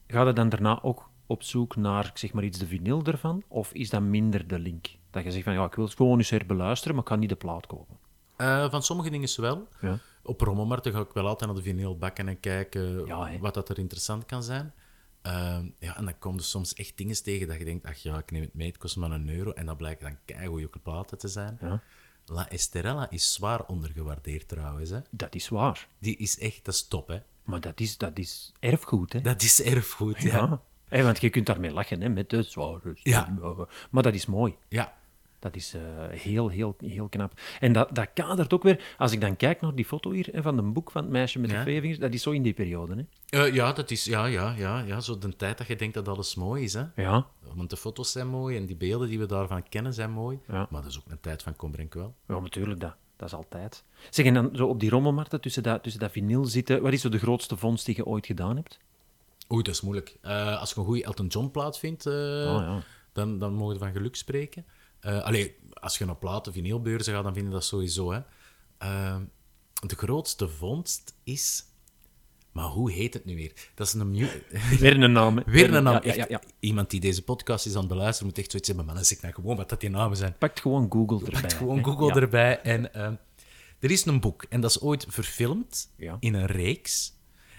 Speaker 2: Ga je dan daarna ook op zoek naar, ik zeg maar iets, de vinyl ervan? Of is dat minder de link? Dat je zegt van, ja, ik wil het gewoon eens herbeluisteren, maar ik kan niet de plaat kopen.
Speaker 3: Eh, van sommige dingen wel.
Speaker 2: Ja.
Speaker 3: Op rommelmarkten ga ik wel altijd naar de vinyl bakken en kijken
Speaker 2: Ja, hè.
Speaker 3: wat dat er interessant kan zijn. Ehm, ja, en dan komen er soms echt dingen tegen dat je denkt, ach ja, ik neem het mee, het kost maar een euro. En dat blijkt dan keigoeie platen te zijn. La Esterella is zwaar ondergewaardeerd trouwens. Hè.
Speaker 2: Dat is waar.
Speaker 3: Die is echt, dat is top hè.
Speaker 2: Maar dat is, dat is erfgoed, hè?
Speaker 3: Dat is erfgoed, ja. Ja,
Speaker 2: Ja. Hé, want je kunt daarmee lachen, hè, met de zware
Speaker 3: Ja.
Speaker 2: stem. eh, Maar dat is mooi. Dat is eh, heel, heel, heel knap. En dat, dat kadert ook weer, als ik dan kijk naar die foto hier hè, van een boek van het meisje met de
Speaker 3: Ja.
Speaker 2: twee vingers, dat is zo in die periode. Hè?
Speaker 3: Eh, ja dat is, ja, ja, ja, ja, zo de tijd dat je denkt dat alles mooi is hè.
Speaker 2: Ja,
Speaker 3: Want de foto's zijn mooi en die beelden die we daarvan kennen zijn mooi.
Speaker 2: Ja.
Speaker 3: Maar dat is ook een tijd van kom en wel.
Speaker 2: ja natuurlijk, dat, dat is altijd. Zeg, en dan zo op die rommelmarkten, tussen dat, tussen dat vinyl zitten, wat is zo de grootste vondst die je ooit gedaan hebt?
Speaker 3: Oei, dat is moeilijk. Eh, als je een goede Elton John plaat vindt, eh,
Speaker 2: Oh, ja.
Speaker 3: dan, dan mogen we van geluk spreken. Eh allee, als je naar platen, vinylbeurzen gaat, dan vind je dat sowieso. Hè. Eh, de grootste vondst is... Maar hoe heet het nu weer? Dat is een... mu-
Speaker 2: Weer een naam. hè.
Speaker 3: weer een naam.
Speaker 2: Ja, ja, ja,
Speaker 3: Echt, Iemand die deze podcast is aan het beluisteren, moet echt zoiets hebben. Maar dan zeg ik nou gewoon wat dat die namen zijn.
Speaker 2: Pakt gewoon Google erbij.
Speaker 3: Pakt gewoon
Speaker 2: hè.
Speaker 3: Google
Speaker 2: Eh, Ja.
Speaker 3: erbij. En ehm, er is een boek. En dat is ooit verfilmd
Speaker 2: Ja. Oh.
Speaker 3: in een reeks.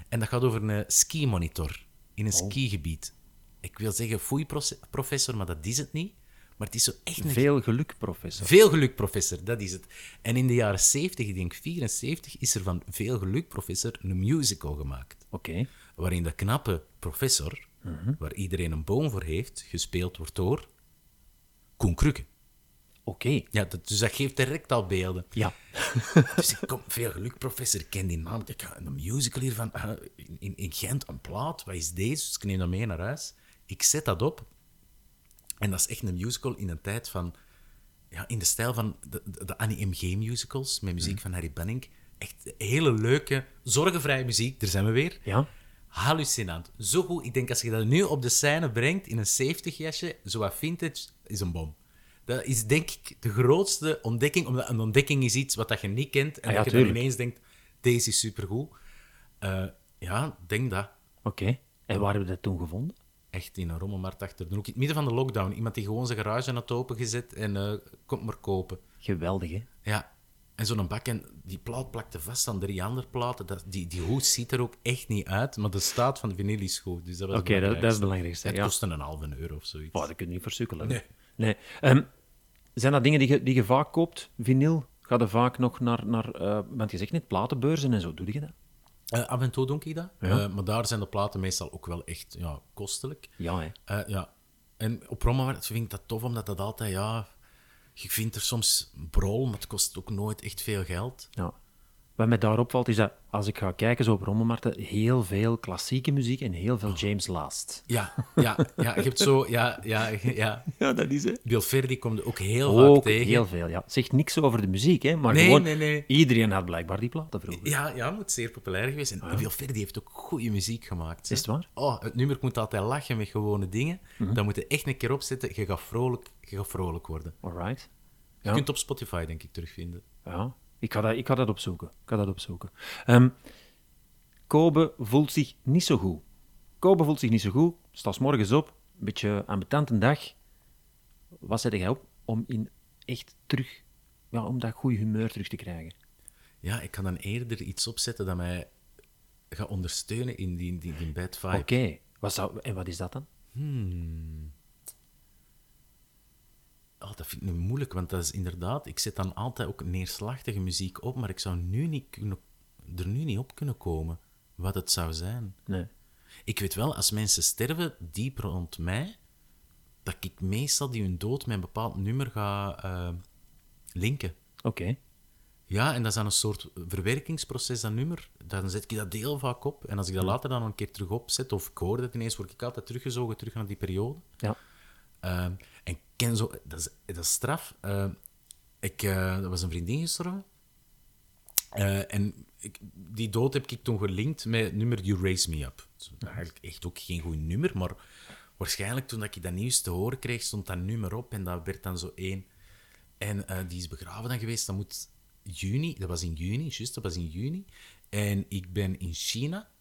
Speaker 3: En dat gaat over een ski-monitor in een skigebied. ik wil zeggen foei proce- professor, maar dat is het niet. Maar het is zo echt een...
Speaker 2: Veel geluk, professor.
Speaker 3: Veel geluk professor, dat is het. En in de jaren 70, ik denk 74, is er van Veel geluk professor een musical gemaakt.
Speaker 2: Oké.
Speaker 3: Waarin de knappe professor,
Speaker 2: Mhm.
Speaker 3: waar iedereen een boom voor heeft, gespeeld wordt door Koen Krukke.
Speaker 2: Oké.
Speaker 3: Ja, dat, dus dat geeft direct al beelden.
Speaker 2: Ja.
Speaker 3: Dus ik kom, veel geluk, professor. Ik ken die naam. Ik ga een musical hiervan. eh, in- in, in Gent, een plaat. Wat is deze? Dus ik neem dat mee naar huis. Ik zet dat op. En dat is echt een musical in een tijd van... Ja, in de stijl van de, de, de Annie M.G. musicals, met
Speaker 2: Mhm.
Speaker 3: muziek van Harry Benning. Echt hele leuke, zorgenvrije muziek. Daar zijn we weer.
Speaker 2: Ja.
Speaker 3: Hallucinant. Zo goed. Ik denk, als je dat nu op de scène brengt, in een 70-jasje, zo wat vintage, is een bom. Dat is denk ik de grootste ontdekking, omdat een ontdekking is iets wat dat je niet kent. En
Speaker 2: Ah ja,
Speaker 3: dat je
Speaker 2: tuurlijk.
Speaker 3: dan ineens denkt, deze is supergoed. Eh ja, denk dat.
Speaker 2: Oké. En waar hebben we dat toen gevonden?
Speaker 3: Echt in een rommelmarkt achter de hoek. In het midden van de lockdown. Iemand die gewoon zijn garage had opengezet en eh komt maar kopen.
Speaker 2: Geweldig, hè?
Speaker 3: Ja, en zo'n bak, en die plaat plakte vast aan drie andere platen. Dat, die, die hoes ziet er ook echt niet uit, maar de staat van de vinyl is goed. Dus dat was
Speaker 2: Oké, dat- dat is het belangrijkste,
Speaker 3: Het
Speaker 2: ja.
Speaker 3: kostte een halve euro of zoiets.
Speaker 2: Wow, dat kun je niet versukkelen. hè?
Speaker 3: Nee.
Speaker 2: nee. Ehm, zijn dat dingen die je, die je vaak koopt? Vinyl? Ga je vaak nog naar... naar eh, want je zegt net platenbeurzen en zo. Doe je dat?
Speaker 3: Eh, af en toe doe ik dat, Eh, maar daar zijn de platen meestal ook wel echt ja, kostelijk.
Speaker 2: Ja, hè.
Speaker 3: Eh, ja. En op rommelmarkt vind ik dat tof, omdat dat altijd, ja... Je vindt er soms brol, maar het kost ook nooit echt veel geld.
Speaker 2: Ja. Wat mij daarop valt, is dat als ik ga kijken zo op rommelmarkten, heel veel klassieke muziek en heel veel James Last.
Speaker 3: Ja, ja, ja, je hebt zo... Ja, ja, ja.
Speaker 2: Ja, dat is het.
Speaker 3: Bill Verdi komt ook heel vaak
Speaker 2: Ook
Speaker 3: tegen.
Speaker 2: heel veel, ja. Zegt niks over de muziek, hè, maar
Speaker 3: Nee,
Speaker 2: gewoon...
Speaker 3: nee, nee.
Speaker 2: Iedereen had blijkbaar die platen vroeger.
Speaker 3: Ja, ja, maar het is zeer populair geweest. En Wil Verdi heeft ook goede muziek gemaakt. hè.
Speaker 2: Is het waar? Mhm.
Speaker 3: Oh, het nummer moet altijd lachen met gewone dingen. Dat moet je echt een keer opzetten. Je gaat vrolijk, je gaat vrolijk worden.
Speaker 2: Alright.
Speaker 3: Je kunt het op Spotify, denk ik, terugvinden.
Speaker 2: Ja, ik ga dat, ik ga dat opzoeken. Ik ga dat opzoeken. Ehm, Kobe voelt zich niet zo goed. Kobe voelt zich niet zo goed. Staat 's morgens op, een beetje ambetant een dag. Wat zet jij op om in echt terug, ja, om dat goede humeur terug te krijgen?
Speaker 3: Ja, ik kan dan eerder iets opzetten dat mij gaat ondersteunen in die, die, die bad vibe.
Speaker 2: Oké, wat zou- en wat is dat dan?
Speaker 3: Oh, dat vind ik nu moeilijk, want dat is inderdaad... Ik zet dan altijd ook neerslachtige muziek op, maar ik zou nu niet kunnen, er nu niet op kunnen komen wat het zou zijn.
Speaker 2: Nee.
Speaker 3: Ik weet wel, als mensen sterven diep rond mij, dat ik meestal die hun dood met een bepaald nummer ga eh, linken.
Speaker 2: Oké,
Speaker 3: Ja, en dat is dan een soort verwerkingsproces, dat nummer. Dan zet ik dat heel vaak op. En als ik dat later dan een keer terug opzet, of ik hoor dat ineens, word ik altijd teruggezogen terug naar die periode.
Speaker 2: ja.
Speaker 3: Ehm, en ik ken zo, dat is, dat is straf. Ehm, ik, eh, er was een vriendin gestorven. Eh, en ik, die dood heb ik toen gelinkt met het nummer You Raise Me Up. Dus Eigenlijk echt ook geen goed nummer, maar waarschijnlijk toen dat ik dat nieuws te horen kreeg, stond dat nummer op en dat werd dan zo één. En eh, die is begraven dan geweest, dat moet juni, dat was in juni, juist, dat was in juni. En ik ben in China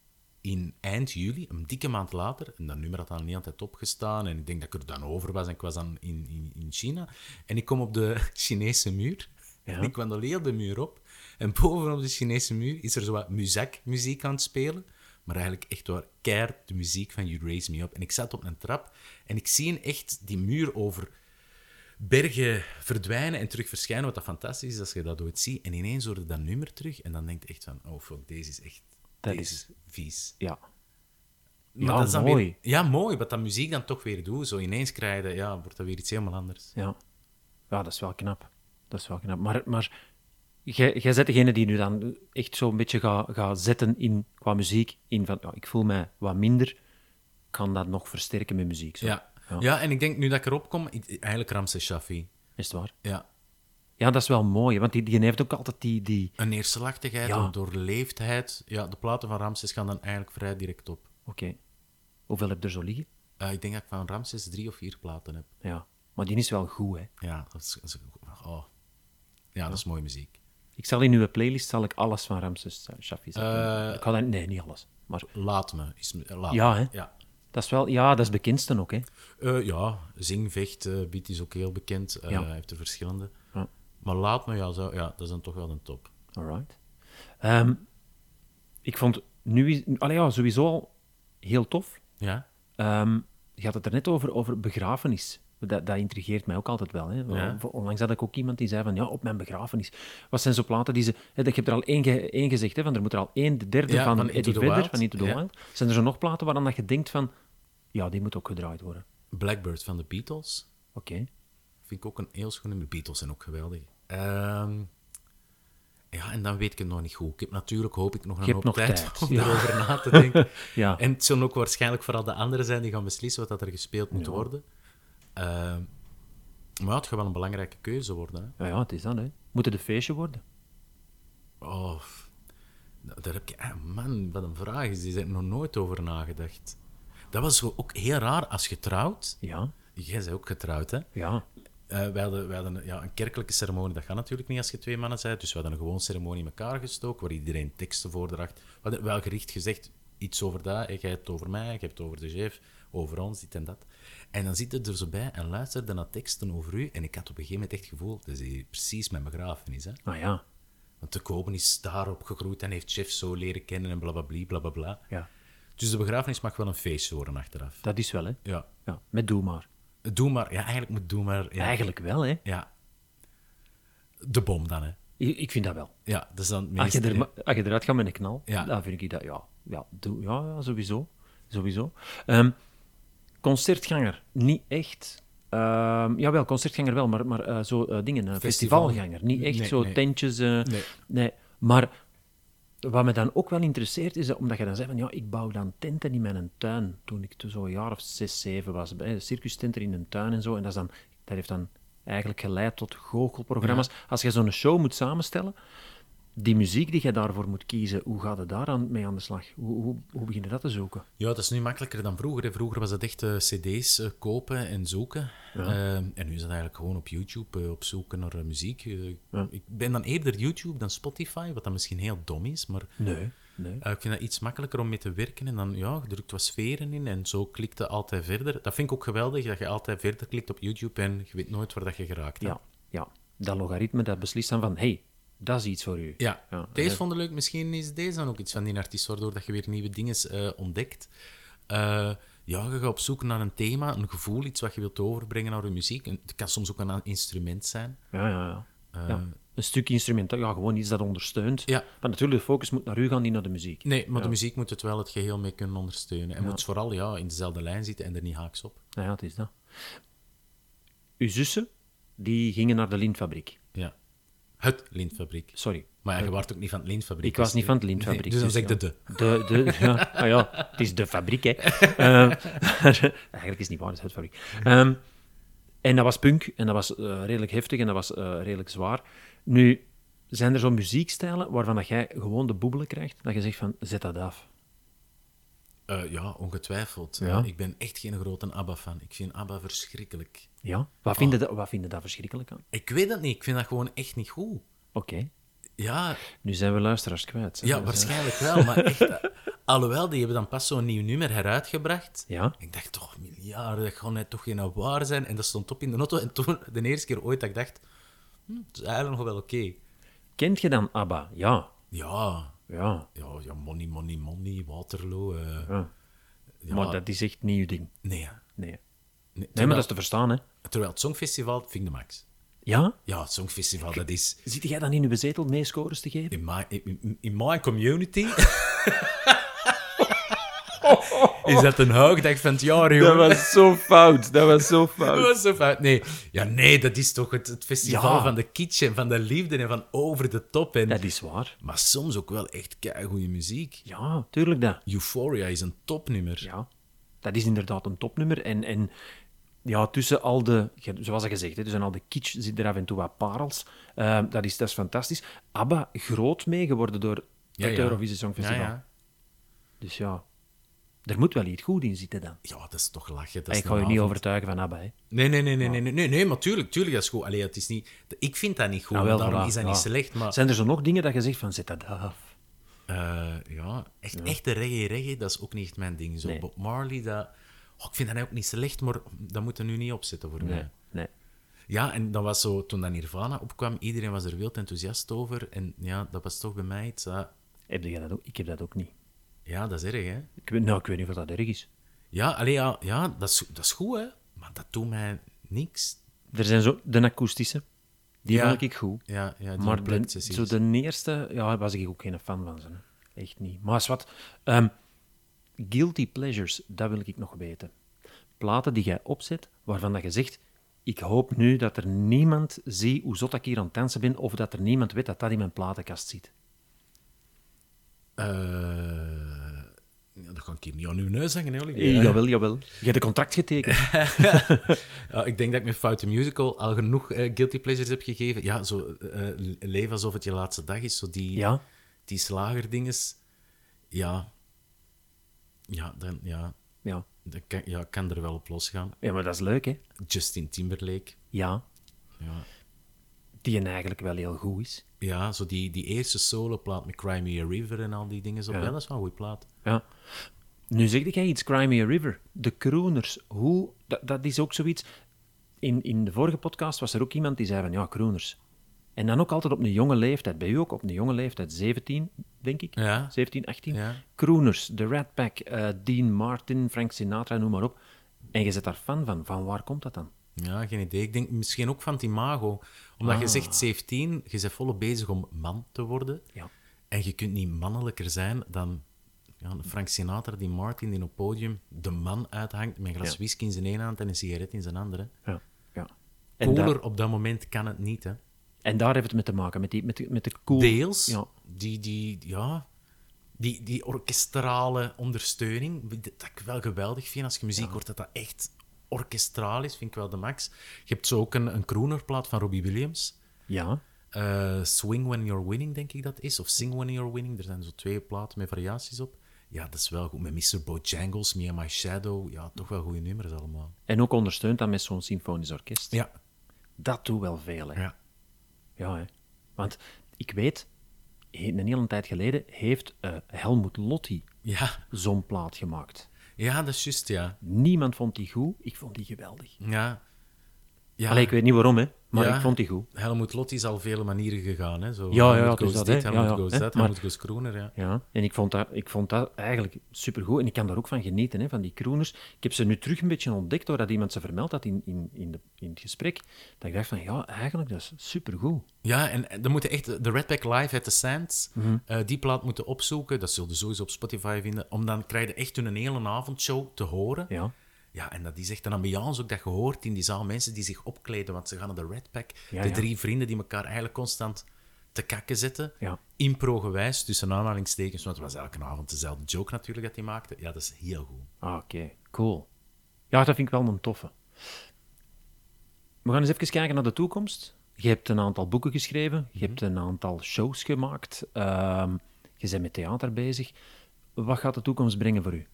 Speaker 3: in eind juli, een dikke maand later, en dat nummer had dan niet altijd opgestaan, en ik denk dat ik er dan over was, en ik was dan in, in, in China. En ik kom op de Chinese muur, en ik wandoleer de muur op, en bovenop de Chinese muur is er zo wat muzak-muziek aan het spelen, maar eigenlijk echt waar keihard de muziek van You Raise Me Up. En ik zat op een trap, en ik zie echt die muur over bergen verdwijnen en terug verschijnen, wat dat fantastisch is als je dat ooit ziet. En ineens hoorde dat nummer terug, en dan denk je echt van, oh fuck, deze is echt...
Speaker 2: Dat
Speaker 3: deze
Speaker 2: is-
Speaker 3: is vies.
Speaker 2: ja.
Speaker 3: Maar
Speaker 2: Ja,
Speaker 3: dat is dan
Speaker 2: Nou, mooi.
Speaker 3: weer- ja, mooi. Wat dat muziek dan toch weer doet. Zo ineens krijg je, dat- ja, wordt dat weer iets helemaal anders.
Speaker 2: Ja. ja, dat is wel knap. Dat is wel knap. Maar, maar jij jij bent degene die nu dan echt zo'n beetje gaat gaat zetten in, qua muziek. In van, ja, ik voel mij wat minder, ik kan dat nog versterken met muziek. Zo.
Speaker 3: Ja.
Speaker 2: Ja.
Speaker 3: Ja. en ik denk nu dat ik erop kom, ik- eigenlijk Ramses Shafi.
Speaker 2: Is het waar?
Speaker 3: Ja.
Speaker 2: Ja, dat is wel mooi, hè, want die, die heeft ook altijd die... die...
Speaker 3: Een neerslachtigheid
Speaker 2: Ja.
Speaker 3: door doorleefdheid. Ja, de platen van Ramses gaan dan eigenlijk vrij direct op.
Speaker 2: Oké, hoeveel heb je er zo liggen?
Speaker 3: Eh, ik denk dat ik van Ramses drie of vier platen heb.
Speaker 2: Ja, maar die is wel goed, hè.
Speaker 3: Ja, dat is, dat is- oh. ja, dat is mooie muziek.
Speaker 2: Ik zal in uw playlist zal ik alles van Ramses Shafi
Speaker 3: Eh,
Speaker 2: zetten. ik ga dat, nee, niet alles. Maar
Speaker 3: Laat me. Is, me- laat
Speaker 2: Ja,
Speaker 3: me.
Speaker 2: hè?
Speaker 3: Ja.
Speaker 2: dat is wel... Ja, dat is het bekendste ook, hè.
Speaker 3: Eh, ja, zing, vecht, eh, beat is ook heel bekend. Eh,
Speaker 2: Ja.
Speaker 3: Hij heeft er verschillende.
Speaker 2: Ja.
Speaker 3: Maar laat me, ja, zo, ja, dat is dan toch wel een top.
Speaker 2: Alright. Ehm, ik vond nu is, allee, ja, sowieso al heel tof.
Speaker 3: Ja?
Speaker 2: Ehm, Je had het er net over, over begrafenis. Dat, dat intrigeert mij ook altijd wel. Hè.
Speaker 3: Ja.
Speaker 2: Onlangs had ik ook iemand die zei van, ja, op mijn begrafenis. Wat zijn zo platen die ze... Hè, ik heb er al één, ge- één gezegd, hè, van er moet er al één, de derde
Speaker 3: Ja,
Speaker 2: van,
Speaker 3: van Into
Speaker 2: Eddie
Speaker 3: the
Speaker 2: Vedder,
Speaker 3: Wild.
Speaker 2: van Into the
Speaker 3: Ja.
Speaker 2: Wild. Zijn er zo nog platen waaraan dat je denkt van, ja, die moet ook gedraaid worden.
Speaker 3: Blackbird van de Beatles.
Speaker 2: Oké.
Speaker 3: Vind ik ook een heel schoon nummer. Beatles zijn ook geweldig. Ehm, ja, en dan weet ik het nog niet goed. Ik heb natuurlijk, hoop ik, nog een
Speaker 2: hebt
Speaker 3: hoop
Speaker 2: nog
Speaker 3: tijd,
Speaker 2: tijd,
Speaker 3: om
Speaker 2: ja.
Speaker 3: daarover na te denken.
Speaker 2: Ja.
Speaker 3: En het zullen ook waarschijnlijk vooral de anderen zijn die gaan beslissen wat dat er gespeeld moet worden. Ehm, maar ja, het gaat wel een belangrijke keuze worden. Hè.
Speaker 2: Ja, ja, het is dat, hè. Moet het een feestje worden?
Speaker 3: Oh, f- nou, daar heb je... ah, man, wat een vraag is. Die heb ik nog nooit over nagedacht. Dat was zo ook heel raar als je trouwt.
Speaker 2: Ja.
Speaker 3: Jij bent ook getrouwd, hè?
Speaker 2: Ja.
Speaker 3: Eh, wij hadden, wij hadden ja, een kerkelijke ceremonie, dat gaat natuurlijk niet als je twee mannen bent. Dus we hadden een gewoon ceremonie in elkaar gestoken, waar iedereen teksten voordracht. We hadden wel gericht gezegd, iets over dat, eh, jij hebt het over mij, jij hebt het over de chef, over ons, dit en dat. En dan zit het er zo bij en luisterde naar teksten over u. En ik had op een gegeven moment echt het gevoel, dat is hier precies mijn begrafenis. Hè?
Speaker 2: Ah ja.
Speaker 3: Want de Kopen is daarop gegroeid en heeft chef zo leren kennen en blablabla, blablabla.
Speaker 2: Ja.
Speaker 3: Dus de begrafenis mag wel een feestje worden achteraf.
Speaker 2: Dat is wel, hè.
Speaker 3: Ja,
Speaker 2: Ja. Met Doe Maar.
Speaker 3: doe maar. Ja, eigenlijk moet doe maar. Ja.
Speaker 2: Eigenlijk wel, hè.
Speaker 3: Ja. De bom dan, hè.
Speaker 2: Ik ik vind dat wel.
Speaker 3: Ja, dat is dan het
Speaker 2: Als
Speaker 3: meest...
Speaker 2: je, er, ma- als je eruit gaat met een knal,
Speaker 3: Ja.
Speaker 2: dan vind ik dat, ja, ja, doe, ja, ja sowieso. sowieso. Ehm, concertganger, niet echt. Ehm, jawel, concertganger wel, maar, maar eh, zo eh, dingen, eh,
Speaker 3: Festival.
Speaker 2: festivalganger. Niet echt
Speaker 3: Nee,
Speaker 2: zo
Speaker 3: nee.
Speaker 2: tentjes. eh, nee. Maar wat me dan ook wel interesseert, is dat, omdat je dan zegt van, ja, ik bouw dan tenten in mijn tuin. Toen ik toen zo'n jaar of zes, zeven was, bij een circustenter in een tuin en zo. En dat, is dan, dat heeft dan eigenlijk geleid tot goochelprogramma's. Als je zo'n show moet samenstellen, die muziek die je daarvoor moet kiezen, hoe gaat het daar aan, mee aan de slag? Hoe, hoe, hoe begin je dat te zoeken?
Speaker 3: Ja, dat is nu makkelijker dan vroeger. hè. Vroeger was het echt eh, cd's eh, kopen en zoeken. Eh, en nu is het eigenlijk gewoon op YouTube eh, op zoeken naar eh, muziek. Eh, Ik ben dan eerder YouTube dan Spotify, wat dan misschien heel dom is, maar...
Speaker 2: Nee, nee.
Speaker 3: Eh, ik vind dat iets makkelijker om mee te werken. En dan, ja, je drukt wat sferen in en zo klikte altijd verder. Dat vind ik ook geweldig, dat je altijd verder klikt op YouTube en je weet nooit waar dat je geraakt hebt.
Speaker 2: Ja, ja. Dat logaritme dat beslist dan van, hé, hey, dat is iets voor u.
Speaker 3: Ja,
Speaker 2: Ja,
Speaker 3: deze vonden leuk. Misschien is deze dan ook iets van die artiest, waardoor dat je weer nieuwe dingen eh, ontdekt. Eh, ja, je gaat op zoek naar een thema, een gevoel, iets wat je wilt overbrengen naar je muziek. En Het kan soms ook een instrument zijn.
Speaker 2: Ja, ja, ja. ja. Een stuk instrumentaal, ja, gewoon iets dat ondersteunt.
Speaker 3: Ehm, Ja.
Speaker 2: Maar natuurlijk, de focus moet naar u gaan, niet naar de muziek.
Speaker 3: Nee, maar de muziek moet het wel het geheel mee kunnen ondersteunen. En moet vooral ja, in dezelfde lijn zitten en er niet haaks op.
Speaker 2: Nou ja, het is dat. Uw zussen, die gingen naar de lintfabriek.
Speaker 3: Ja. Het lintfabriek.
Speaker 2: Sorry.
Speaker 3: Maar ja, je was ook niet van het lintfabriek.
Speaker 2: Ik was niet van de lintfabriek.
Speaker 3: Nee, dus dan zeg ik
Speaker 2: ja.
Speaker 3: de de.
Speaker 2: De, de, ja, Ah ja, het is de fabriek, hè. Ehm, eigenlijk is het niet waar, het is het fabriek. Ehm, en dat was punk, en dat was eh, redelijk heftig, en dat was eh, redelijk zwaar. Nu, zijn er zo'n muziekstijlen waarvan dat jij gewoon de boebelen krijgt, dat je zegt van, zet dat af.
Speaker 3: Eh, ja, ongetwijfeld. Eh,
Speaker 2: Ja.
Speaker 3: Ik ben echt geen grote ABBA-fan. Ik vind ABBA verschrikkelijk.
Speaker 2: Ja? Wat vinden dat, wat vinden dat verschrikkelijk aan?
Speaker 3: Ik weet dat niet. Ik vind dat gewoon echt niet goed.
Speaker 2: Oké.
Speaker 3: Ja,
Speaker 2: Nu zijn we luisteraars kwijt. hè. Dus,
Speaker 3: ja
Speaker 2: eh,
Speaker 3: waarschijnlijk wel. Maar echt, eh, alhoewel, die hebben dan pas zo'n nieuw nummer heruitgebracht.
Speaker 2: Ja.
Speaker 3: Ik dacht toch, miljarden, dat kan net toch geen waar zijn. En dat stond op in de auto. En toen, de eerste keer ooit, dat ik dacht, hm, het is eigenlijk nog wel oké.
Speaker 2: Kent je dan ABBA? Ja.
Speaker 3: Ja,
Speaker 2: Ja.
Speaker 3: ja, ja, money, money, money, Waterloo. eh,
Speaker 2: ja.
Speaker 3: ja,
Speaker 2: Maar dat is echt niet je ding.
Speaker 3: Nee, hè.
Speaker 2: Nee. Nee,
Speaker 3: nee,
Speaker 2: maar
Speaker 3: terwijl,
Speaker 2: dat is te verstaan, hè.
Speaker 3: terwijl het Songfestival vind ik de max.
Speaker 2: Ja?
Speaker 3: Ja, het Songfestival, dat is...
Speaker 2: Zit jij dan in uw zetel mee scores te geven?
Speaker 3: In my, in, in my community. Is dat een hoogdag van het jaar, jongen?
Speaker 2: was zo fout. Dat was zo fout.
Speaker 3: Dat was zo fout. Nee. Ja, nee, dat is toch het, het festival
Speaker 2: Ja.
Speaker 3: van de kitsch en van de liefde en van over de top. En...
Speaker 2: Dat is waar.
Speaker 3: Maar soms ook wel echt goede muziek.
Speaker 2: Ja, tuurlijk dat.
Speaker 3: Euphoria is een topnummer.
Speaker 2: Ja. Dat is inderdaad een topnummer. En, en ja, tussen al de... ge- Zoals gezegd, hè, tussen al de kitsch zit er af en toe wat parels. Ehm, dat, is, dat is fantastisch. ABBA, groot mee geworden door
Speaker 3: Ja,
Speaker 2: het
Speaker 3: ja.
Speaker 2: Eurovisie Songfestival.
Speaker 3: Ja, ja.
Speaker 2: Dus ja, er moet wel iets goed in zitten dan.
Speaker 3: Ja, dat is toch lachen. Dat
Speaker 2: Ik
Speaker 3: is
Speaker 2: ga je niet
Speaker 3: een avond. Oh,
Speaker 2: overtuigen van ABBA, hè.
Speaker 3: Nee, nee, nee, nee, nee, nee, nee, nee, maar tuurlijk, tuurlijk, dat is goed. Allee, het is niet... Ik vind dat niet goed,
Speaker 2: Ah, wel,
Speaker 3: daarom
Speaker 2: voilà,
Speaker 3: is dat
Speaker 2: ja.
Speaker 3: niet slecht, maar...
Speaker 2: Zijn er zo nog dingen dat je zegt van, zet dat af?
Speaker 3: Eh, ja, echt, echte reggae, reggae, dat is ook niet echt mijn ding. Zo
Speaker 2: Nee.
Speaker 3: Bob Marley, dat... Oh, ik vind dat ook niet slecht, maar dat moet er nu niet opzetten voor
Speaker 2: Nee,
Speaker 3: mij.
Speaker 2: nee.
Speaker 3: Ja, en dat was zo, toen dat Nirvana opkwam, iedereen was er wild enthousiast over. En ja, dat was toch bij mij iets... dat-
Speaker 2: Heb jij dat ook? Ik heb dat ook niet.
Speaker 3: ja, dat is erg, hè?
Speaker 2: Ik weet, nou, ik weet niet of dat erg is.
Speaker 3: Ja, allee, ja, ja dat, is, dat is goed, hè. Maar dat doet mij niks.
Speaker 2: Er zijn zo de akoestische, die
Speaker 3: Ja.
Speaker 2: vond ik goed.
Speaker 3: Ja, ja die
Speaker 2: maar de,
Speaker 3: plukjes,
Speaker 2: zo de eerste, ja, daar was ik ook geen fan van. Ze, hè. Echt niet. Maar is wat, ehm, guilty pleasures, dat wil ik nog weten. Platen die jij opzet, waarvan dat je zegt, ik hoop nu dat er niemand ziet hoe zot dat ik hier aan het dansen ben, of dat er niemand weet dat dat in mijn platenkast zit.
Speaker 3: Eh, ja, dat kan ik hier niet aan uw neus hangen, hè, Olivier.
Speaker 2: Eh, Jawel, jawel. Je hebt een contract getekend.
Speaker 3: Ja, ik denk dat ik met Foute Musical al genoeg eh, guilty pleasures heb gegeven. Ja, zo eh, leef alsof het je laatste dag is. Zo die,
Speaker 2: Ja.
Speaker 3: die slagerdinges. Ja. Ja, dan, ja.
Speaker 2: Ja.
Speaker 3: Dat kan, ja, ik kan er wel op losgaan.
Speaker 2: ja, maar dat is leuk, hè?
Speaker 3: Justin Timberlake.
Speaker 2: Ja,
Speaker 3: Ja,
Speaker 2: die een eigenlijk wel heel goed is.
Speaker 3: ja zo die, die eerste soloplaat met Cry Me A River en al die dingen. Zo. Ja. dat is wel een goeie plaat.
Speaker 2: Ja. Nu zeg ik iets, Crimea River, de crooners, hoe, dat, dat is ook zoiets. In, in de vorige podcast was er ook iemand die zei van, ja, crooners. En dan ook altijd op een jonge leeftijd, bij u ook op een jonge leeftijd, 17, denk ik.
Speaker 3: Ja.
Speaker 2: 17, 18.
Speaker 3: Ja.
Speaker 2: Crooners, The Rat Pack, eh, Dean Martin, Frank Sinatra, noem maar op. En je zit daar fan van. Van waar komt dat dan?
Speaker 3: Ja, geen idee. Ik denk misschien ook van het imago.
Speaker 2: Ah.
Speaker 3: Omdat je zegt 17, je bent volop bezig om man te worden.
Speaker 2: Ja.
Speaker 3: En je kunt niet mannelijker zijn dan ja, een Frank Sinatra, die Martin, die op het podium de man uithangt met een glas
Speaker 2: Ja.
Speaker 3: whisky in zijn ene hand en een sigaret in zijn andere.
Speaker 2: Ja. ja. En,
Speaker 3: Cooler
Speaker 2: daar,
Speaker 3: op dat moment kan het niet, hè.
Speaker 2: en daar heeft het mee te maken, met, die, met, de- met de cool...
Speaker 3: Deels,
Speaker 2: Ja.
Speaker 3: die, die, ja, die, die orkestrale ondersteuning, dat ik wel geweldig vind als je muziek hoort, dat dat echt orkestraal is, vind ik wel de max. Je hebt zo ook een, een croonerplaat van Robbie Williams.
Speaker 2: Ja.
Speaker 3: Eh, Swing When You're Winning, denk ik dat is. Of Sing When You're Winning. Er zijn zo twee platen met variaties op. Ja, dat is wel goed. Met Mr. Bojangles, Me and My Shadow. Ja, toch wel goede nummers allemaal.
Speaker 2: En ook ondersteund dan met zo'n symfonisch orkest.
Speaker 3: Ja.
Speaker 2: Dat doet wel veel, hè.
Speaker 3: Ja.
Speaker 2: Ja, hè. want ik weet, he- een hele tijd geleden heeft eh, Helmut Lotti
Speaker 3: Ja,
Speaker 2: zo'n plaat gemaakt.
Speaker 3: ja dat is juist, ja.
Speaker 2: Niemand vond die goed, ik vond die geweldig.
Speaker 3: Ja. ja.
Speaker 2: Allee, ik weet niet waarom, hè, maar
Speaker 3: Ja.
Speaker 2: ik vond die goed.
Speaker 3: Helmut Lot is al vele manieren gegaan, hè. Zo,
Speaker 2: ja,
Speaker 3: Helmut
Speaker 2: het is
Speaker 3: Goes
Speaker 2: dat,
Speaker 3: dit,
Speaker 2: hè.
Speaker 3: Helmut
Speaker 2: Ja, ja,
Speaker 3: Goes
Speaker 2: hè.
Speaker 3: dat,
Speaker 2: Maar-
Speaker 3: Helmut Goes Kroener, ja.
Speaker 2: Ja, en ik vond dat, ik vond dat eigenlijk supergoed. En ik kan daar ook van genieten, hè, van die crooners. Ik heb ze nu terug een beetje ontdekt, doordat iemand ze vermeld had in, in, in, de, in het gesprek. Dat ik dacht van, ja, eigenlijk, dat is supergoed.
Speaker 3: Ja, en en dan moeten echt de Red Pack Live at the Sands,
Speaker 2: Mhm.
Speaker 3: eh, die plaat moeten opzoeken. Dat zullen ze sowieso op Spotify vinden. Om dan krijg je echt hun hele avondshow te horen.
Speaker 2: Ja.
Speaker 3: Ja, en dat is echt een ambiance ook dat je hoort in die zaal. Mensen die zich opkleden, want ze gaan naar de Red Pack.
Speaker 2: Ja,
Speaker 3: de
Speaker 2: ja.
Speaker 3: drie vrienden die elkaar eigenlijk constant te kakken zetten.
Speaker 2: Ja.
Speaker 3: Impro-gewijs, tussen aanhalingstekens. Want het was elke avond dezelfde joke natuurlijk dat die maakte. Ja, dat is heel goed.
Speaker 2: Ah, Oké, cool. Ja, dat vind ik wel een toffe. We gaan eens even kijken naar de toekomst. Je hebt een aantal boeken geschreven,
Speaker 3: Mhm.
Speaker 2: je hebt een aantal shows gemaakt, ehm, je bent met theater bezig. Wat gaat de toekomst brengen voor u?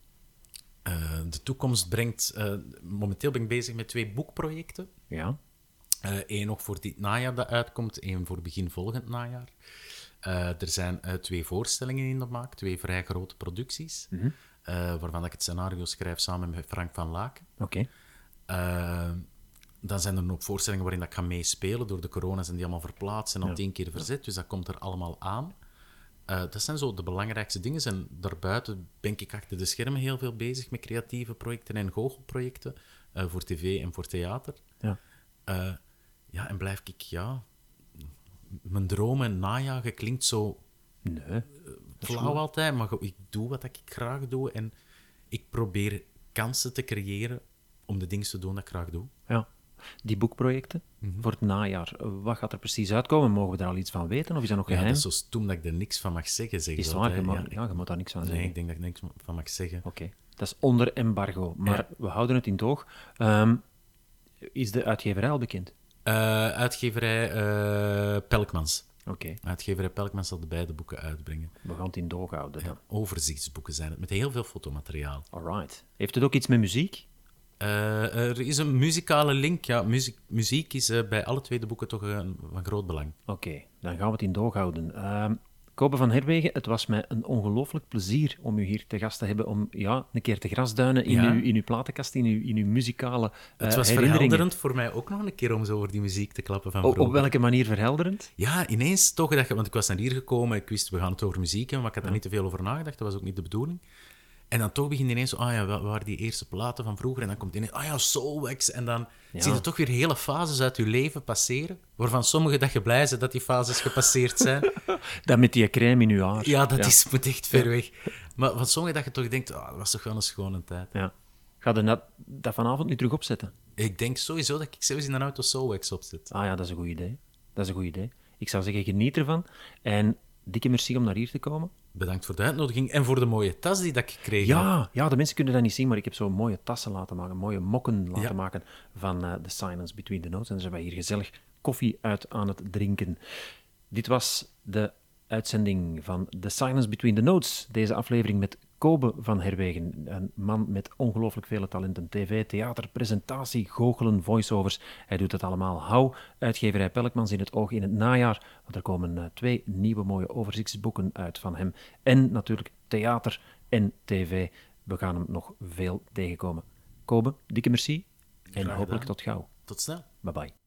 Speaker 3: Eh, de toekomst brengt... eh, momenteel ben ik bezig met twee boekprojecten.
Speaker 2: Ja,
Speaker 3: Eén nog voor dit najaar dat uitkomt, één voor begin volgend najaar. Eh, er zijn eh, twee voorstellingen in de maak, twee vrij grote producties, eh, waarvan ik het scenario schrijf samen met Frank van Laken.
Speaker 2: oké.
Speaker 3: Eh, dan zijn er nog voorstellingen waarin dat ik ga meespelen. Door de corona zijn die allemaal verplaatst en al tien keer verzet. Dus dat komt er allemaal aan. Eh, dat zijn zo de belangrijkste dingen. En daarbuiten ben ik achter de schermen heel veel bezig met creatieve projecten en goochelprojecten. eh, voor tv en voor theater.
Speaker 2: Ja.
Speaker 3: Eh, ja, en blijf ik, ja... Mijn dromen najagen klinkt zo eh,
Speaker 2: Nee.
Speaker 3: flauw altijd, maar ik doe wat ik graag doe. En ik probeer kansen te creëren om de dingen te doen dat ik graag doe.
Speaker 2: Ja. Die boekprojecten
Speaker 3: Mhm.
Speaker 2: voor het najaar, wat gaat er precies uitkomen? Mogen we daar al iets van weten of is dat nog
Speaker 3: Ja,
Speaker 2: geheim?
Speaker 3: dat is zo stom dat ik er niks van mag zeggen. Zeg
Speaker 2: Is
Speaker 3: dat,
Speaker 2: het waar,
Speaker 3: hè.
Speaker 2: je, mag,
Speaker 3: Ja,
Speaker 2: ja, je moet daar niks van
Speaker 3: nee,
Speaker 2: zeggen.
Speaker 3: ik denk dat ik niks van mag zeggen.
Speaker 2: Oké, dat is onder embargo, maar we houden het in het oog. Ehm, is de uitgeverij al bekend?
Speaker 3: Eh, uitgeverij eh, Pelkmans.
Speaker 2: Oké,
Speaker 3: Uitgeverij Pelkmans zal de beide boeken uitbrengen.
Speaker 2: we gaan het in het oog houden dan.
Speaker 3: Overzichtsboeken zijn het, met heel veel fotomateriaal.
Speaker 2: Alright. Heeft het ook iets met muziek?
Speaker 3: Eh, er is een muzikale link. Ja, muziek, muziek is eh, bij alle twee de boeken toch een, van groot belang.
Speaker 2: Oké, dan gaan we het in het oog houden. Ehm Kopen van Herwegen, het was mij een ongelooflijk plezier om u hier te gast te hebben, om ja, een keer te grasduinen in,
Speaker 3: Ja.
Speaker 2: uw, in uw platenkast, in uw, in uw muzikale eh,
Speaker 3: Het was
Speaker 2: herinneringen. Oh,
Speaker 3: verhelderend voor mij ook nog een keer om zo over die muziek te klappen van
Speaker 2: O- op
Speaker 3: vroeger.
Speaker 2: welke manier verhelderend?
Speaker 3: Ja, ineens toch dat je, want ik was naar hier gekomen, ik wist we gaan het over muziek hebben, maar ik had er niet te veel over nagedacht, dat was ook niet de bedoeling. En dan toch begin je ineens, ah ja, wa- waar die eerste platen van vroeger? En dan komt ineens, ah ja, Soulwax. En dan zie je toch weer hele fases uit je leven passeren, waarvan sommige dat je blij bent dat die fases gepasseerd zijn.
Speaker 2: Dat met die crème in je haar.
Speaker 3: ja, dat Is, moet echt ver weg. Maar van sommige dat je toch denkt, ah, dat was toch wel een schone tijd.
Speaker 2: Ja. Ga je dat, dat vanavond nu terug opzetten?
Speaker 3: Ik denk sowieso dat ik zelfs in een auto Soulwax opzet.
Speaker 2: Ah ja, dat is een goed idee. Dat is een goed idee. Ik zou zeggen, geniet ervan. En dikke merci om naar hier te komen.
Speaker 3: Bedankt voor de uitnodiging en voor de mooie tas die dat ik kreeg.
Speaker 2: Ja, ja, de mensen kunnen dat niet zien, maar ik heb zo mooie tassen laten maken, mooie mokken laten maken van eh, The Silence Between the Notes. En dan zijn wij hier gezellig koffie uit aan het drinken. Dit was de uitzending van The Silence Between the Notes. Deze aflevering met Kobe van Herwegen. Een man met ongelooflijk vele talenten. TV, theater, presentatie, goochelen, voiceovers. Hij doet het allemaal. Hou uitgeverij Pelkmans in het oog in het najaar. Want er komen eh, twee nieuwe mooie overzichtsboeken uit van hem. En natuurlijk theater en tv. We gaan hem nog veel tegenkomen. Kobe, dikke merci. En hopelijk tot gauw.
Speaker 3: Tot snel.
Speaker 2: Bye bye.